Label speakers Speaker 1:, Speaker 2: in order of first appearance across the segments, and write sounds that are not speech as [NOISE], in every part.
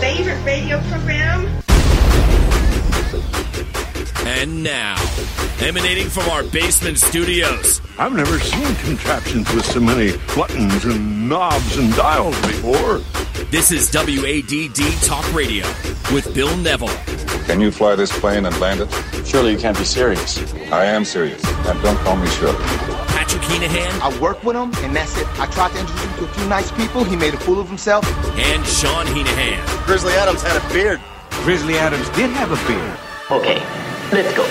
Speaker 1: favorite radio program.
Speaker 2: And now, emanating from our basement studios,
Speaker 3: I've never seen contraptions with so many buttons and knobs and dials before.
Speaker 2: this is WADD Talk Radio with Bill Neville.
Speaker 4: Can you fly this plane and land it?
Speaker 5: Surely you can't be serious.
Speaker 4: I am serious, and don't call me Shirley.
Speaker 2: Patrick Heenahan
Speaker 6: I work with him, and that's it. I tried to introduce him to a few nice people. He made a fool of himself.
Speaker 2: and Sean Heenahan.
Speaker 5: Grizzly Adams had a beard.
Speaker 7: Grizzly Adams did have a beard.
Speaker 8: Okay, let's go.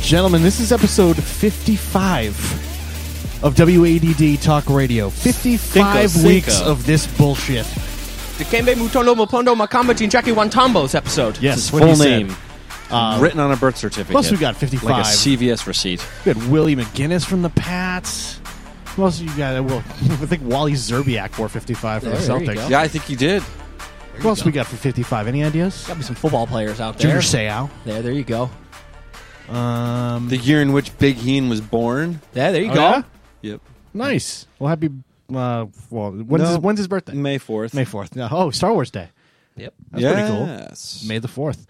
Speaker 9: Gentlemen, this is episode 55 of WADD Talk Radio. 55
Speaker 10: Cinco,
Speaker 9: weeks
Speaker 10: cinco.
Speaker 9: of this bullshit.
Speaker 10: Dikembe Mutolo Mopondo Makambachi and Jackie Wantambo's episode.
Speaker 9: Yes,
Speaker 10: It's his
Speaker 9: what
Speaker 10: full
Speaker 9: he said.
Speaker 10: name. Written on a birth certificate.
Speaker 9: Um, Plus we got 55.
Speaker 10: Like a CVS receipt.
Speaker 9: We had Willie McGinnis from the Pats. Who else you got? Well, [LAUGHS] I think Wally Zerbiak wore 55 for the
Speaker 10: There you
Speaker 9: Celtics.
Speaker 10: go.
Speaker 5: Yeah, I think he did.
Speaker 9: Who else we got for 55? Any ideas?
Speaker 10: Got me some football players out
Speaker 9: Junior
Speaker 10: there.
Speaker 9: Seau.
Speaker 10: There, there you go.
Speaker 9: Um,
Speaker 5: The year in which Big Heen was born.
Speaker 10: There, there you
Speaker 9: oh,
Speaker 10: go.
Speaker 9: yeah?
Speaker 5: Yep.
Speaker 9: Nice. Well, happy. Uh, well, when's,
Speaker 5: No.
Speaker 9: his, when's his birthday?
Speaker 5: May 4th.
Speaker 9: May 4th. No, Oh, Star Wars Day.
Speaker 10: Yep.
Speaker 9: That's pretty cool.
Speaker 5: yes.
Speaker 9: May the fourth.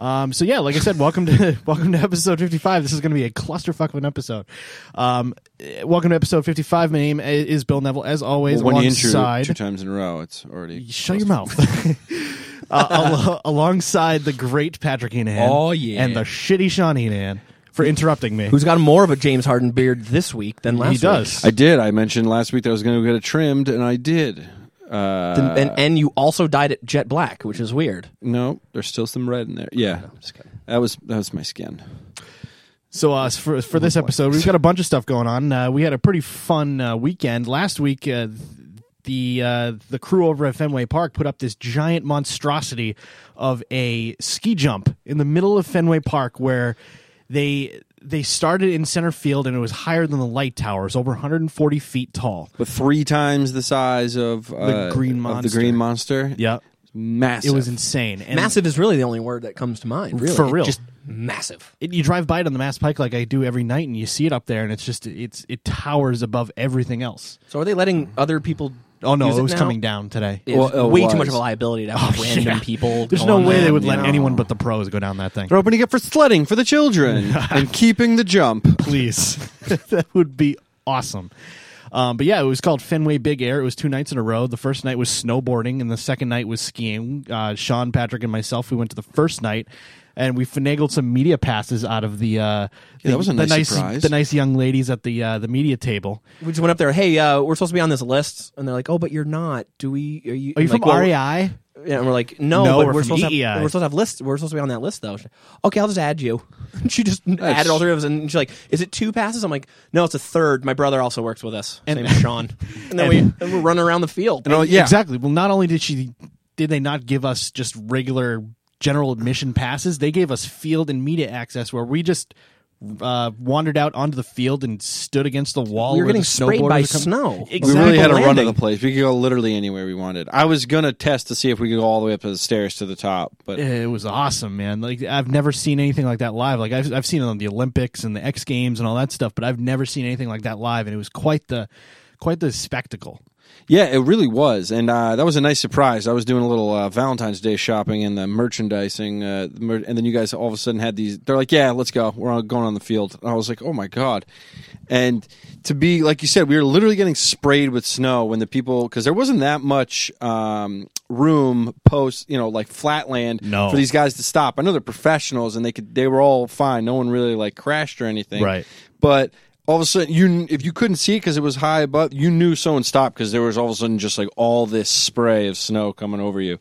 Speaker 9: Um, so yeah, like I said, welcome to [LAUGHS] welcome to episode fifty five. This is going to be a clusterfuck of an episode. Um, eh, welcome to episode fifty five. My name i- is Bill Neville, as always.
Speaker 5: Well, when you intro
Speaker 9: alongside,
Speaker 5: two times in a row, it's already.
Speaker 9: shut your mouth. [LAUGHS] uh, al- alongside the great Patrick Heenan.
Speaker 10: Oh, yeah.
Speaker 9: and the shitty Sean Heenan for interrupting me.
Speaker 10: Who's got more of a James Harden beard this week than last
Speaker 9: he does?
Speaker 5: I did. I mentioned last week that I was going to get it trimmed, and I did. Uh,
Speaker 10: week? And, and, and you also dyed it jet black, which is weird.
Speaker 5: no, there's still some red in there. Yeah, that was that was my skin.
Speaker 9: So uh, for for this episode, we've got a bunch of stuff going on. Uh, we had a pretty fun uh, weekend last week. Uh, the uh, the crew over at Fenway Park put up this giant monstrosity of a ski jump in the middle of Fenway Park, where they they started in center field and it was higher than the light towers, over 140 feet tall.
Speaker 5: But three times the size of uh,
Speaker 9: green
Speaker 5: of
Speaker 9: monster.
Speaker 5: the green monster.
Speaker 9: Yeah,
Speaker 5: massive.
Speaker 9: it was insane. And
Speaker 10: massive is really the only word that comes to mind. Really,
Speaker 9: For real.
Speaker 10: just massive.
Speaker 9: it, you drive by it on the Mass Pike like I do every night, and you see it up there, and it's just it's it towers above everything else.
Speaker 10: So are they letting other people?
Speaker 9: Oh no,
Speaker 10: use
Speaker 9: it was
Speaker 10: now?
Speaker 9: coming down today.
Speaker 10: It's
Speaker 5: Well, it
Speaker 10: way
Speaker 5: was.
Speaker 10: too much of a liability
Speaker 9: [LAUGHS]
Speaker 10: to have random
Speaker 9: Oh, Yeah.
Speaker 10: people.
Speaker 9: [LAUGHS] There's
Speaker 10: go
Speaker 9: no
Speaker 10: on
Speaker 9: way they
Speaker 10: them,
Speaker 9: would
Speaker 10: you
Speaker 9: let
Speaker 10: know?
Speaker 9: anyone but the pros go down that thing.
Speaker 5: They're opening it for sledding for
Speaker 9: [LAUGHS]
Speaker 5: the children and keeping the jump.
Speaker 9: Please, [LAUGHS] that would be awesome. Um, but yeah, it was called Fenway Big Air. It was two nights in a row. The first night was snowboarding, and the second night was skiing. Uh, Sean, Patrick, and myself we went to the first night, and we finagled some media passes out of the uh, the,
Speaker 5: that was a
Speaker 9: the
Speaker 5: nice surprise.
Speaker 9: the nice young ladies at the uh, the media table.
Speaker 10: We just went up there. Hey, uh, we're supposed to be on this list, and they're like, "Oh, but you're not. Do we? Are you?
Speaker 9: Are you
Speaker 10: like,
Speaker 9: from
Speaker 10: well,
Speaker 9: REI?
Speaker 10: Yeah, and we're like, no, but
Speaker 9: No, we're
Speaker 10: we're,
Speaker 9: from
Speaker 10: supposed to
Speaker 9: EEI.
Speaker 10: have, we're supposed to have lists. We're supposed to be on that list though. She's like, okay, I'll just add you. [LAUGHS] And she just added all three of us, and she's like, is it two passes? I'm like, no, it's a third. My brother also works with us. His
Speaker 9: And-
Speaker 10: name's Sean. And then we and we're running around the field.
Speaker 5: And all- yeah,
Speaker 9: Exactly. Well, not only did she did they not give us just regular general admission passes, they gave us field and media access where we just uh, wandered out onto the field and stood against the wall.
Speaker 10: we were
Speaker 9: where
Speaker 10: getting
Speaker 9: the
Speaker 10: sprayed by
Speaker 9: snowboarders were coming-
Speaker 10: snow.
Speaker 5: We
Speaker 9: Exactly.
Speaker 5: really had a run of
Speaker 10: landing.
Speaker 5: the place. We could go literally anywhere we wanted. I was gonna test to see if we could go all the way up to the stairs to the top, but
Speaker 9: It was awesome, man. Like I've never seen anything like that live. Like I've I've seen it on the Olympics and the X Games and all that stuff, but I've never seen anything like that live, and it was quite the quite the spectacle.
Speaker 5: yeah, it really was, and uh, that was a nice surprise. I was doing a little uh, Valentine's Day shopping and the merchandising, uh, the mer- and then you guys all of a sudden had these. They're like, "Yeah, let's go. We're all going on the field." And I was like, "Oh my god!" And to be like you said, we were literally getting sprayed with snow when the people because there wasn't that much. Um, room post you know like flatland
Speaker 9: No.
Speaker 5: for these guys to stop i know they're professionals and they could they were all fine no one really like crashed or anything
Speaker 9: Right.
Speaker 5: but all of a sudden you if you couldn't see it because it was high above you knew someone stopped because there was all of a sudden just like all this spray of snow coming over you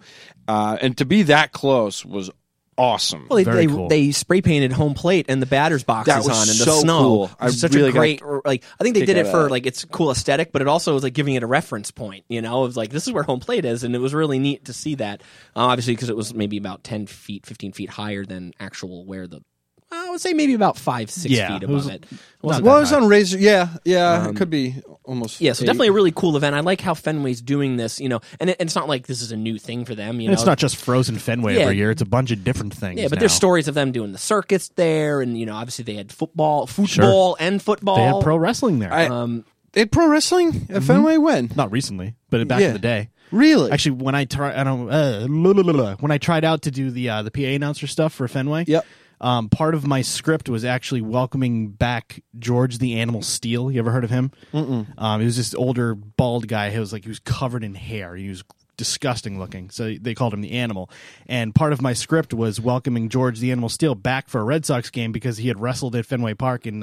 Speaker 5: uh, and to be that close was awesome
Speaker 10: Well, they,
Speaker 9: Very
Speaker 10: they,
Speaker 9: cool.
Speaker 10: they spray painted home plate and the batter's box
Speaker 5: That
Speaker 10: is
Speaker 5: was
Speaker 10: on and the
Speaker 5: so
Speaker 10: snow.
Speaker 5: cool.
Speaker 10: It's
Speaker 5: I
Speaker 10: such
Speaker 5: really
Speaker 10: a
Speaker 5: got
Speaker 10: great
Speaker 5: a
Speaker 10: or, like I think they
Speaker 5: kick
Speaker 10: did
Speaker 5: out
Speaker 10: it
Speaker 5: of
Speaker 10: for
Speaker 5: that.
Speaker 10: like it's cool aesthetic, but it also was like giving it a reference point. You know, it was like this is where home plate is, and it was really neat to see that. Uh, obviously, because it was maybe about ten feet, fifteen feet higher than actual where the. I would say maybe about five, six
Speaker 9: Yeah,
Speaker 10: feet
Speaker 9: it
Speaker 10: above
Speaker 9: was
Speaker 10: it. It wasn't
Speaker 5: well, it was on razor yeah yeah it could be almost.
Speaker 10: Um, Yeah, so
Speaker 5: eight.
Speaker 10: definitely a really cool event. I like how Fenway's doing this, you know, and, it, and it's not like this is a new thing for them. You know,
Speaker 9: And it's not just Frozen Fenway
Speaker 10: Yeah.
Speaker 9: every year; it's a bunch of different things.
Speaker 10: Yeah, but
Speaker 9: now.
Speaker 10: there's stories of them doing the circuits there, and you know, obviously they had football, football, and football.
Speaker 9: They had pro wrestling there,
Speaker 5: I,
Speaker 10: um, Mm-hmm.
Speaker 5: they had pro wrestling at Fenway when?
Speaker 9: not recently, but back
Speaker 5: Yeah.
Speaker 9: in the day.
Speaker 5: Really?
Speaker 9: Actually, when I try, I don't. Uh, la, la, la, la. when I tried out to do the uh, the PA announcer stuff for Fenway,
Speaker 5: Yep.
Speaker 9: Um, part of my script was actually welcoming back George the Animal Steel. You ever heard of him? Mm-mm. Um, he was this older bald guy. He was like he was covered in hair. He was disgusting looking. So they called him the Animal. And part of my script was welcoming George the Animal Steel back for a Red Sox game because he had wrestled at Fenway Park in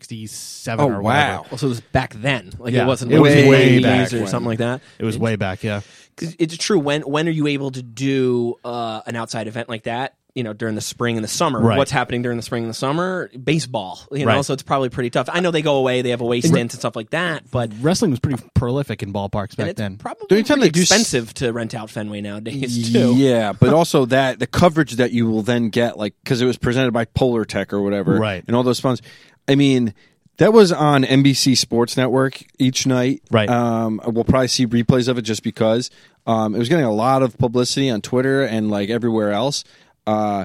Speaker 9: 1967.
Speaker 5: Oh,
Speaker 9: or
Speaker 5: wow.
Speaker 9: whatever.
Speaker 10: well, so it was back then, like
Speaker 9: Yeah,
Speaker 10: it wasn't
Speaker 9: it
Speaker 10: like
Speaker 9: was
Speaker 10: in the
Speaker 9: way
Speaker 10: 80s
Speaker 9: back
Speaker 10: or
Speaker 5: when.
Speaker 10: something like that.
Speaker 9: It was way back. Yeah.
Speaker 10: 'Cause it's true. When when are you able to do uh, an outside event like that? You know, during the spring and the summer,
Speaker 9: Right.
Speaker 10: what's happening during the spring and the summer? Baseball, you know,
Speaker 9: Right.
Speaker 10: so it's probably pretty tough. I know they go away; they have away stints and stuff like that, but
Speaker 9: Wrestling was pretty prolific in ballparks
Speaker 10: and
Speaker 9: back
Speaker 10: it's
Speaker 9: then.
Speaker 10: probably
Speaker 5: The only time
Speaker 10: pretty
Speaker 5: they do s-
Speaker 10: expensive to rent out Fenway nowadays too.
Speaker 5: Yeah, but also that the coverage that you will then get, like because it was presented by Polar Tech or whatever,
Speaker 9: Right.
Speaker 5: And all those funds. I mean, that was on NBC Sports Network each night,
Speaker 9: Right.
Speaker 5: Um, we'll probably see replays of it just because um, it was getting a lot of publicity on Twitter and like everywhere else. Uh,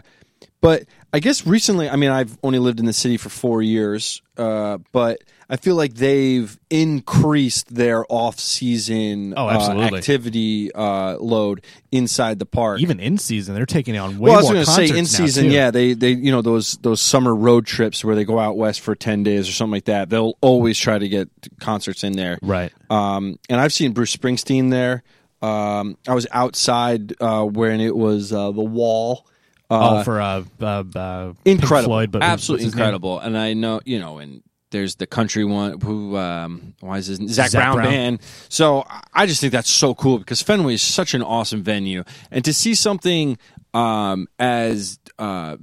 Speaker 5: but I guess recently, I mean, I've only lived in the city for four years, uh, but I feel like they've increased their off-season
Speaker 9: Oh,
Speaker 5: uh,
Speaker 9: absolutely.
Speaker 5: activity uh, load inside the park.
Speaker 9: even in season, they're taking on way
Speaker 5: well, I was
Speaker 9: more
Speaker 5: going to
Speaker 9: concerts
Speaker 5: say in
Speaker 9: now,
Speaker 5: season,
Speaker 9: too.
Speaker 5: yeah, they they you know those those summer road trips where they go out west for ten days or something like that. They'll always try to get concerts in there,
Speaker 9: Right.
Speaker 5: Um, and I've seen Bruce Springsteen there. Um, I was outside uh, when it was uh, the Wall. Uh,
Speaker 9: oh, for uh, uh, uh, Pink
Speaker 5: incredible,
Speaker 9: Floyd, but
Speaker 5: absolutely
Speaker 9: what's his name?
Speaker 5: incredible. And I know you know, and there's the country one who um, why is his
Speaker 9: Zac
Speaker 5: Zach, Brown,
Speaker 9: Brown.
Speaker 5: band. So I- I just think that's so cool because Fenway is such an awesome venue, and to see something um, as uh,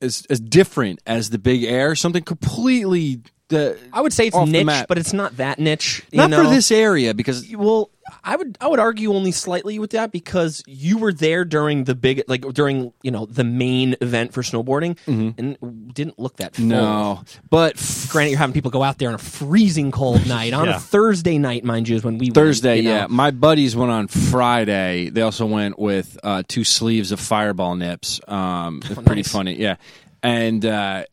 Speaker 5: as as different as the Big Air, something completely. The,
Speaker 10: I would say it's
Speaker 5: off the
Speaker 10: niche,
Speaker 5: map.
Speaker 10: but it's not that niche. you
Speaker 5: not for
Speaker 10: know?
Speaker 5: this area because
Speaker 10: Well, I would I would argue only slightly with that because you were there during the big like during you know the main event for snowboarding and didn't look that full.
Speaker 5: Mm-hmm. no, but
Speaker 10: Granted, you're having people go out there on a freezing
Speaker 5: [LAUGHS]
Speaker 10: cold night on
Speaker 9: Yeah.
Speaker 10: a Thursday night, mind you, is when we went,
Speaker 5: Thursday,
Speaker 10: you know.
Speaker 5: yeah. My buddies went on Friday. They also went with uh, two sleeves of Fireball nips.
Speaker 10: [LAUGHS]
Speaker 5: Um, it's pretty funny, yeah. And uh,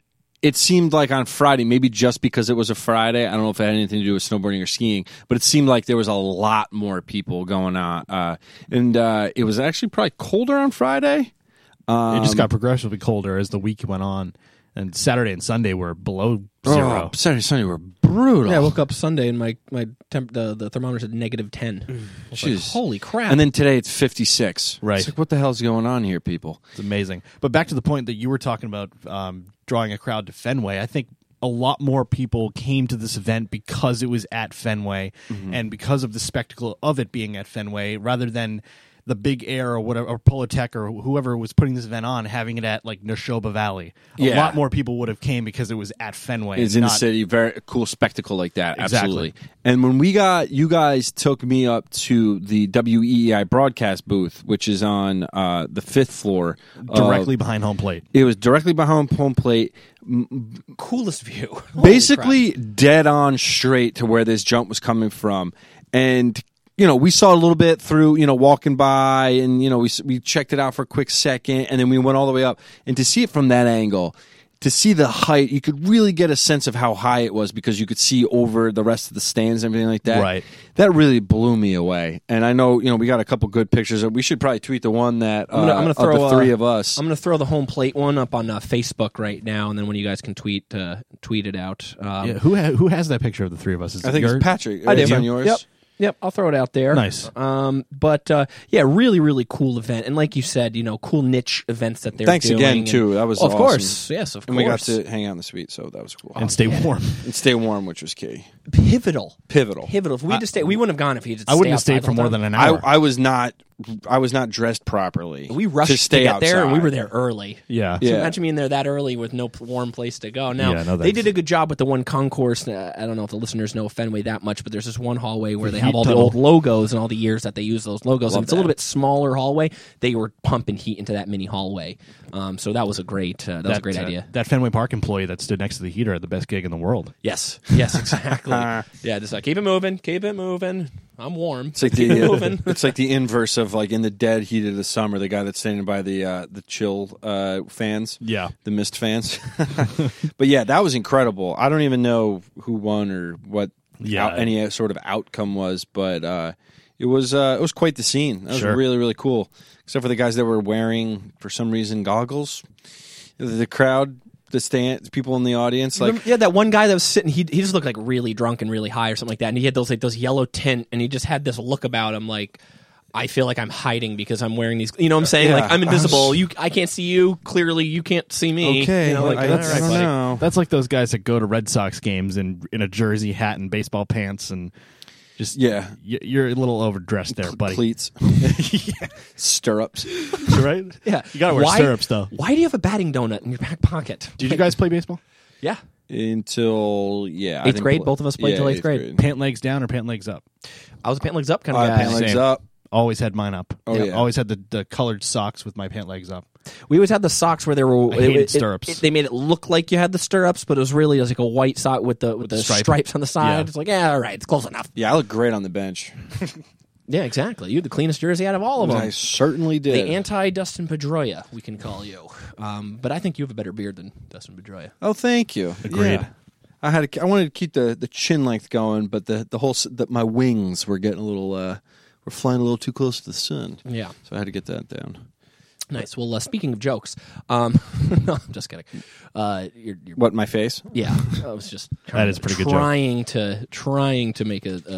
Speaker 5: it seemed like on Friday, maybe just because it was a Friday, I don't know if it had anything to do with snowboarding or skiing, but it seemed like there was a lot more people going on. Uh, and uh, it was actually probably colder on Friday.
Speaker 9: It just
Speaker 5: Um,
Speaker 9: got progressively colder as the week went on, and Saturday and Sunday were below zero.
Speaker 5: Oh, Saturday, Sunday were brutal.
Speaker 10: Yeah, I woke up Sunday and my my temp the, the thermometer said negative ten. I was like,
Speaker 5: Jeez.
Speaker 10: Holy crap!
Speaker 5: and then today it's 56.
Speaker 9: Right.
Speaker 5: It's like, what the hell's going on here, people?
Speaker 9: It's amazing. But back to the point that you were talking about um, drawing a crowd to Fenway, I think a lot more people came to this event because it was at Fenway
Speaker 5: Mm-hmm.
Speaker 9: and because of the spectacle of it being at Fenway rather than the big air or whatever or Politech or whoever was putting this event on having it at like Neshoba Valley. A
Speaker 5: Yeah.
Speaker 9: lot more people would have came because it was at Fenway.
Speaker 5: It's
Speaker 9: and
Speaker 5: in the
Speaker 9: not-
Speaker 5: city. Very cool spectacle like that.
Speaker 9: Exactly.
Speaker 5: Absolutely. And when we got, you guys took me up to the WEEI broadcast booth, which is on uh, the fifth floor. of-
Speaker 9: directly behind home plate.
Speaker 5: it was directly behind home plate.
Speaker 10: coolest view. [LAUGHS] Holy
Speaker 5: basically dead on straight to where this jump was coming from and you know we saw a little bit through you know walking by and you know we, s- we checked it out for a quick second and then we went all the way up and to see it from that angle to see the height you could really get a sense of how high it was because you could see over the rest of the stands and everything like that
Speaker 9: Right.
Speaker 5: that really blew me away and i know you know we got a couple good pictures we should probably tweet the one that uh,
Speaker 10: I'm gonna, I'm gonna
Speaker 5: of
Speaker 10: throw
Speaker 5: the three
Speaker 10: uh,
Speaker 5: of us
Speaker 10: I'm gonna throw the home plate one up on uh, Facebook right now, and then when you guys can tweet uh, tweet it out. Um,
Speaker 9: Yeah, who ha- who has that picture of the three of us? Is
Speaker 5: i
Speaker 9: it
Speaker 5: think
Speaker 9: your-
Speaker 5: it's patrick
Speaker 10: I
Speaker 5: It's
Speaker 10: do.
Speaker 5: on yours
Speaker 10: Yep. Yep, I'll throw it out there.
Speaker 9: Nice.
Speaker 10: Um, but uh, yeah, really, really cool event, and like you said, you know, cool niche events that they're
Speaker 5: Thanks
Speaker 10: doing
Speaker 5: again,
Speaker 10: and-
Speaker 5: too. That was
Speaker 10: Oh, of
Speaker 5: awesome.
Speaker 10: course, yes, of
Speaker 5: and
Speaker 10: course.
Speaker 5: we got to hang out in the suite, so that was cool.
Speaker 9: and stay warm.
Speaker 5: And stay warm, which was key.
Speaker 10: pivotal,
Speaker 5: Pivotal.
Speaker 10: pivotal. If we just stay, we wouldn't have gone if he.
Speaker 9: I wouldn't have stayed for more than an
Speaker 5: I,
Speaker 9: hour.
Speaker 5: I was not I was not dressed properly.
Speaker 10: We rushed
Speaker 5: to stay
Speaker 10: get there, and we
Speaker 5: outside.
Speaker 10: were there early.
Speaker 11: Yeah.
Speaker 10: So
Speaker 5: Yeah.
Speaker 10: imagine being there that early with no p- warm place to go. Now,
Speaker 11: Yeah, no
Speaker 10: they
Speaker 11: thanks.
Speaker 10: did a good job with the one concourse. uh, I don't know if the listeners know Fenway that much, but there's this one hallway where they have
Speaker 9: heat
Speaker 10: all
Speaker 9: tunnel.
Speaker 10: the old logos and all the years that they use those logos. and
Speaker 5: Love
Speaker 10: it's a little
Speaker 5: that.
Speaker 10: bit smaller hallway. They were pumping heat into that mini hallway. Um, so that was a great, uh, that, was a great
Speaker 9: uh,
Speaker 10: idea.
Speaker 9: That Fenway Park employee that stood next to the heater had the best gig in the world.
Speaker 10: Yes. Yes, [LAUGHS] exactly.
Speaker 9: [LAUGHS]
Speaker 10: yeah, just like, keep it moving, keep it moving. I'm warm.
Speaker 5: It's like
Speaker 10: keep [LAUGHS]
Speaker 5: the
Speaker 10: it
Speaker 5: uh,
Speaker 10: moving.
Speaker 5: it's like the inverse of like in the dead heat of the summer, the guy that's standing by the uh, the chill uh, fans,
Speaker 9: Yeah.
Speaker 5: the mist fans. [LAUGHS] but yeah, that was incredible. I don't even know who won or what
Speaker 9: Yeah.
Speaker 5: out- any sort of outcome was, but uh, it was uh, it was quite the scene. That was
Speaker 9: Sure.
Speaker 5: really really cool. Except for the guys that were wearing for some reason goggles. The crowd, the stand, people in the audience, like
Speaker 10: Remember- yeah, that one guy that was sitting, he he just looked like really drunk and really high or something like that, and he had those like those yellow tint, and he just had this look about him like. I feel like I'm hiding because I'm wearing these. You know what I'm saying?
Speaker 5: Yeah.
Speaker 10: Like I'm
Speaker 5: I was-
Speaker 10: invisible. you, I can't see you. Clearly, you can't see me.
Speaker 9: Okay,
Speaker 10: You know, like,
Speaker 9: I-
Speaker 10: that's-
Speaker 9: all right,
Speaker 5: I don't
Speaker 9: buddy.
Speaker 5: know.
Speaker 9: That's like those guys that go to Red Sox games in in a jersey, hat, and baseball pants, and just
Speaker 5: Yeah.
Speaker 9: y- you're a little overdressed there, buddy. [LAUGHS]
Speaker 5: cleats, [LAUGHS] stirrups.
Speaker 9: right?
Speaker 10: yeah.
Speaker 9: you gotta wear
Speaker 10: Why-
Speaker 9: stirrups though.
Speaker 10: Why do you have a batting donut in your back pocket?
Speaker 9: Did you guys play baseball?
Speaker 10: Yeah.
Speaker 5: until yeah I
Speaker 10: Eighth
Speaker 5: didn't
Speaker 10: grade?
Speaker 5: play-
Speaker 10: Both of us played
Speaker 5: yeah,
Speaker 10: till eighth
Speaker 5: eighth
Speaker 10: grade.
Speaker 9: Pant legs down or pant legs up?
Speaker 10: I was a pant legs up kind
Speaker 5: Uh,
Speaker 10: of guy.
Speaker 5: pant legs
Speaker 9: Same.
Speaker 5: up.
Speaker 9: Always had mine up.
Speaker 5: Oh, yeah.
Speaker 9: Always had the, the colored socks with my pant legs up.
Speaker 10: We always had the socks where there were
Speaker 9: I hated
Speaker 10: it- it-
Speaker 9: stirrups.
Speaker 10: it- they made it look like you had the stirrups, but it was really it was like a white sock with the with, the,
Speaker 9: stripe.
Speaker 10: stripes on the side.
Speaker 9: Yeah.
Speaker 10: It's like yeah, all right, it's close enough.
Speaker 5: Yeah, I looked great on the bench.
Speaker 10: Yeah, exactly. You had the cleanest jersey out of all of them.
Speaker 5: I certainly did.
Speaker 10: The anti Dustin Pedroia, we can call you. Um, but I think you have a better beard than Dustin Pedroia.
Speaker 5: oh, thank you.
Speaker 9: Agreed.
Speaker 5: Yeah. I had to, I wanted to keep the, the chin length going, but the the whole s- the, my wings were getting a little uh, were flying a little too close to the sun.
Speaker 10: Yeah.
Speaker 5: so I had to get that down.
Speaker 10: Nice. Well, uh, speaking of jokes, um, [LAUGHS] no, I'm just kidding. Uh, you're, you're,
Speaker 5: What my face?
Speaker 10: yeah, I was just
Speaker 9: [LAUGHS] That is a pretty good joke.
Speaker 10: trying to trying to make a, a,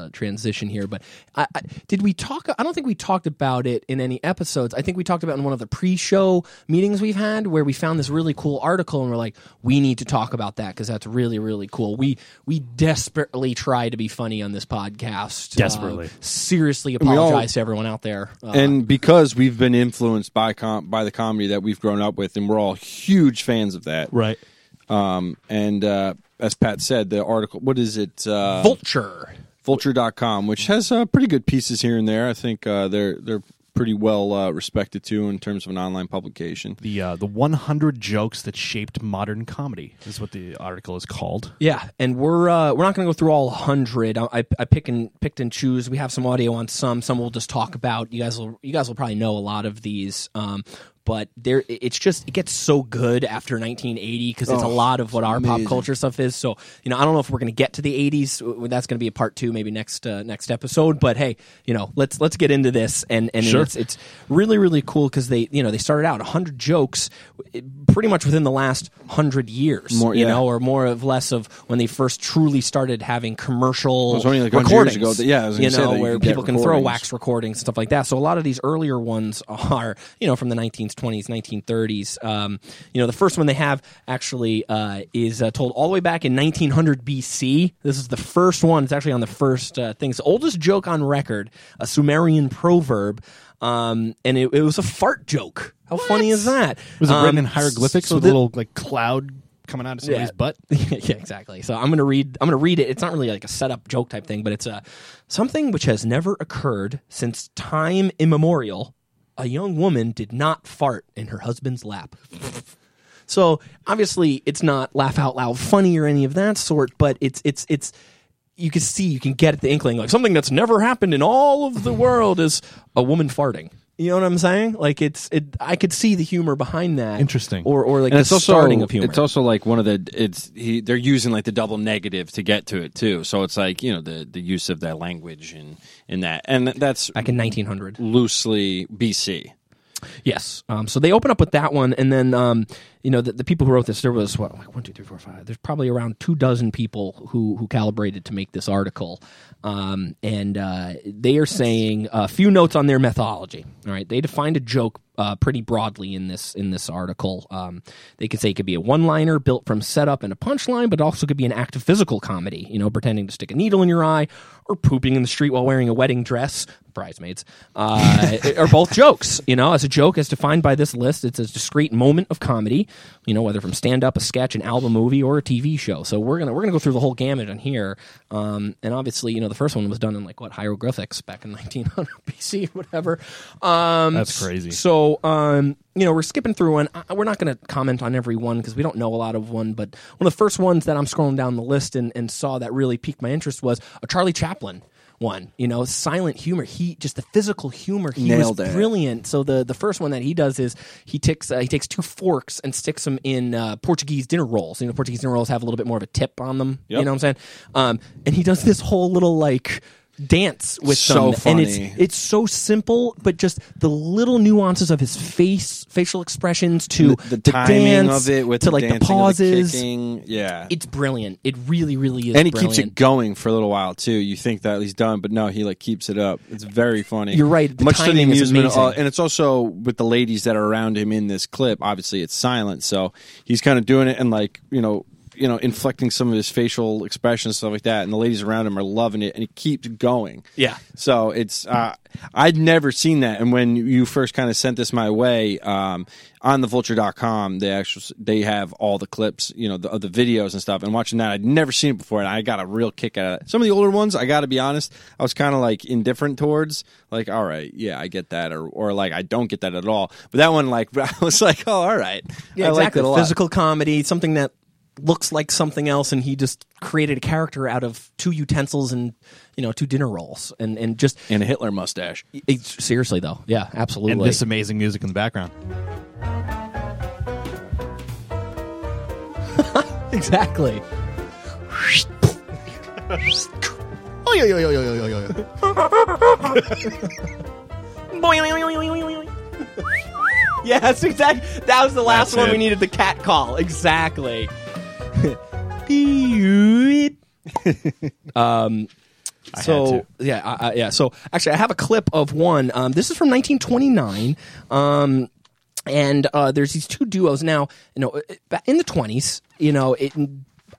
Speaker 10: a, a transition here. But I, I, did we talk? I don't think we talked about it in any episodes. I think we talked about it in one of the pre-show meetings we've had where we found this really cool article and we're like, we need to talk about that because that's really really cool. We we desperately try to be funny on this podcast.
Speaker 9: Desperately.
Speaker 10: Uh, seriously,
Speaker 5: we all-
Speaker 10: apologize to everyone out there. Uh,
Speaker 5: and because we've been influenced by com- by the comedy that we've grown up with, and we're all huge fans of that.
Speaker 9: Right.
Speaker 5: Um, and uh, as Pat said, the article. What is it? Uh,
Speaker 10: Vulture.
Speaker 5: vulture.com which has uh, pretty good pieces here and there i think uh, they're they're pretty well uh, respected too in terms of an online publication
Speaker 9: The uh, the 100 jokes that shaped modern comedy is what the article is called.
Speaker 10: Yeah, and we're uh, we're not going to go through all hundred. I, I, I pick and picked and choose. We have some audio on some. Some we'll just talk about. You guys will you guys will probably know a lot of these. Um, but there, it's just it gets so good after 1980 because it's a lot of what our pop culture stuff is. So you know, I don't know if we're going to get to the 80s. W- That's going to be a part two, maybe next uh, next episode. But hey, you know, let's let's get into this. And and
Speaker 9: Sure.
Speaker 10: it's it's really really cool because they you know they started out 100 jokes, eh, pretty much within the last hundred years.
Speaker 5: More,
Speaker 10: you
Speaker 5: yeah.
Speaker 10: know, or more of less of when they first truly started having commercial
Speaker 5: It was only like 100 years
Speaker 10: recordings.
Speaker 5: ago that- yeah, I was gonna
Speaker 10: you
Speaker 5: say that
Speaker 10: know,
Speaker 5: you
Speaker 10: where
Speaker 5: could get
Speaker 10: people can throw
Speaker 5: recordings.
Speaker 10: wax recordings and stuff like that. So a lot of these earlier ones [LAUGHS] are you know from the 1920s, 1930s. Um, you know, the first one they have actually uh, is uh, told all the way back in 1900 BC. This is the first one. It's actually on the first uh, things oldest joke on record, a Sumerian proverb. Um, and it, it was a fart joke. How funny is that?
Speaker 9: Was it
Speaker 10: Um,
Speaker 9: written in hieroglyphics
Speaker 10: so
Speaker 9: with
Speaker 10: thi-
Speaker 9: a little like cloud coming out of somebody's
Speaker 10: Yeah.
Speaker 9: butt?
Speaker 10: [LAUGHS] yeah, exactly. So I'm gonna read. I'm gonna read it. It's not really like a setup joke type thing, but it's a something which has never occurred since time immemorial. A young woman did not fart in her husband's lap. [LAUGHS] So obviously, it's not laugh out loud funny or any of that sort, but it's it's it's you can see you can get at the inkling like something that's never happened in all of the world is a woman farting. You know what I'm saying? Like it's it. I could see the humor behind that.
Speaker 9: Interesting.
Speaker 10: Or or like
Speaker 5: and
Speaker 10: the
Speaker 5: it's also
Speaker 10: starting of humor.
Speaker 5: it's also like one of the it's he, they're using like the double negative to get to it too so it's like you know the the use of that language and and that and that's
Speaker 10: back in 1900.
Speaker 5: loosely bc
Speaker 10: Yes. Um, so they open up with that one, and then um, you know the, the people who wrote this, there was what like one, two, three, four, five. There's probably around two dozen people who who calibrated to make this article, um, and uh, they are saying a few notes on their methodology. All right, they defined a joke. uh, pretty broadly in this in this article. Um, they could say it could be a one liner built from setup and a punchline, but it also could be an act of physical comedy. You know, pretending to stick a needle in your eye or pooping in the street while wearing a wedding dress. Bridesmaids uh, [LAUGHS] are both jokes. You know, as a joke, as defined by this list, it's a discrete moment of comedy. You know, whether from stand up, a sketch, an album, movie, or a TV show. So we're gonna we're gonna go through the whole gamut on here. Um, and obviously, you know, the first one was done in like what hieroglyphics back in [LAUGHS] 1900 BC or whatever. Um,
Speaker 11: That's crazy.
Speaker 10: So, um, you know, we're skipping through one. I- We're not going to comment on every one because we don't know a lot of one. But one of the first ones that I'm scrolling down the list and, and saw that really piqued my interest was a Charlie Chaplin one. You know, silent humor. He just the physical humor. He
Speaker 5: Nailed
Speaker 10: was
Speaker 5: it.
Speaker 10: brilliant. So the the first one that he does is he takes uh, he takes two forks and sticks them in uh, Portuguese dinner rolls. You know, Portuguese dinner rolls have a little bit more of a tip on them. You know what I'm saying? Um, and he does this whole little like dance with
Speaker 5: So
Speaker 10: them, and it's
Speaker 5: funny.
Speaker 10: it's so simple, but just the little nuances of his face, facial expressions to
Speaker 5: the, the timing
Speaker 10: dance,
Speaker 5: of it with
Speaker 10: to like the
Speaker 5: dancing of the
Speaker 10: pauses.
Speaker 5: kicking. yeah.
Speaker 10: it's brilliant. It really, really is.
Speaker 5: and he keeps
Speaker 10: brilliant.
Speaker 5: it going for a little while too. You think that he's done, but no, he like keeps it up. It's very funny.
Speaker 10: You're right. The
Speaker 5: Much to the
Speaker 10: timing is
Speaker 5: amusement,
Speaker 10: amazing.
Speaker 5: uh, and it's also with the ladies that are around him in this clip. Obviously, it's silent, so he's kind of doing it and like you know, you know, inflecting some of his facial expressions stuff like that. And the ladies around him are loving it, and it keeps going.
Speaker 10: Yeah.
Speaker 5: So it's uh, I'd never seen that, and when you first kind of sent this my way um, on thevulture.com, they actually they have all the clips, you know, the, of the videos and stuff. And watching that, I'd never seen it before, and I got a real kick out of it. Some of the older ones, I got to be honest, I was kind of like indifferent towards, like, all right, yeah, I get that, or or like I don't get that at all. But that one, like, [LAUGHS] I was like, oh, all right,
Speaker 10: Yeah,
Speaker 5: I liked
Speaker 10: exactly.
Speaker 5: it a lot.
Speaker 10: Physical comedy, something that looks like something else, and he just created a character out of two utensils and you know two dinner rolls, and and just
Speaker 5: and a Hitler mustache.
Speaker 10: it, seriously though, yeah, absolutely.
Speaker 11: And this amazing music in the background.
Speaker 10: [LAUGHS] [LAUGHS] exactly.
Speaker 11: Oh yeah, yeah, yeah, yeah, yeah, yeah, yeah.
Speaker 10: yes, exactly. That was the last
Speaker 11: That's
Speaker 10: one
Speaker 11: it.
Speaker 10: we needed the cat call. Exactly. [LAUGHS] um so yeah, I, I, yeah. So actually, I have a clip of one. Um, this is from 1929. Um, and uh, there's these two duos now. You know, ba- in the 20s, you know, it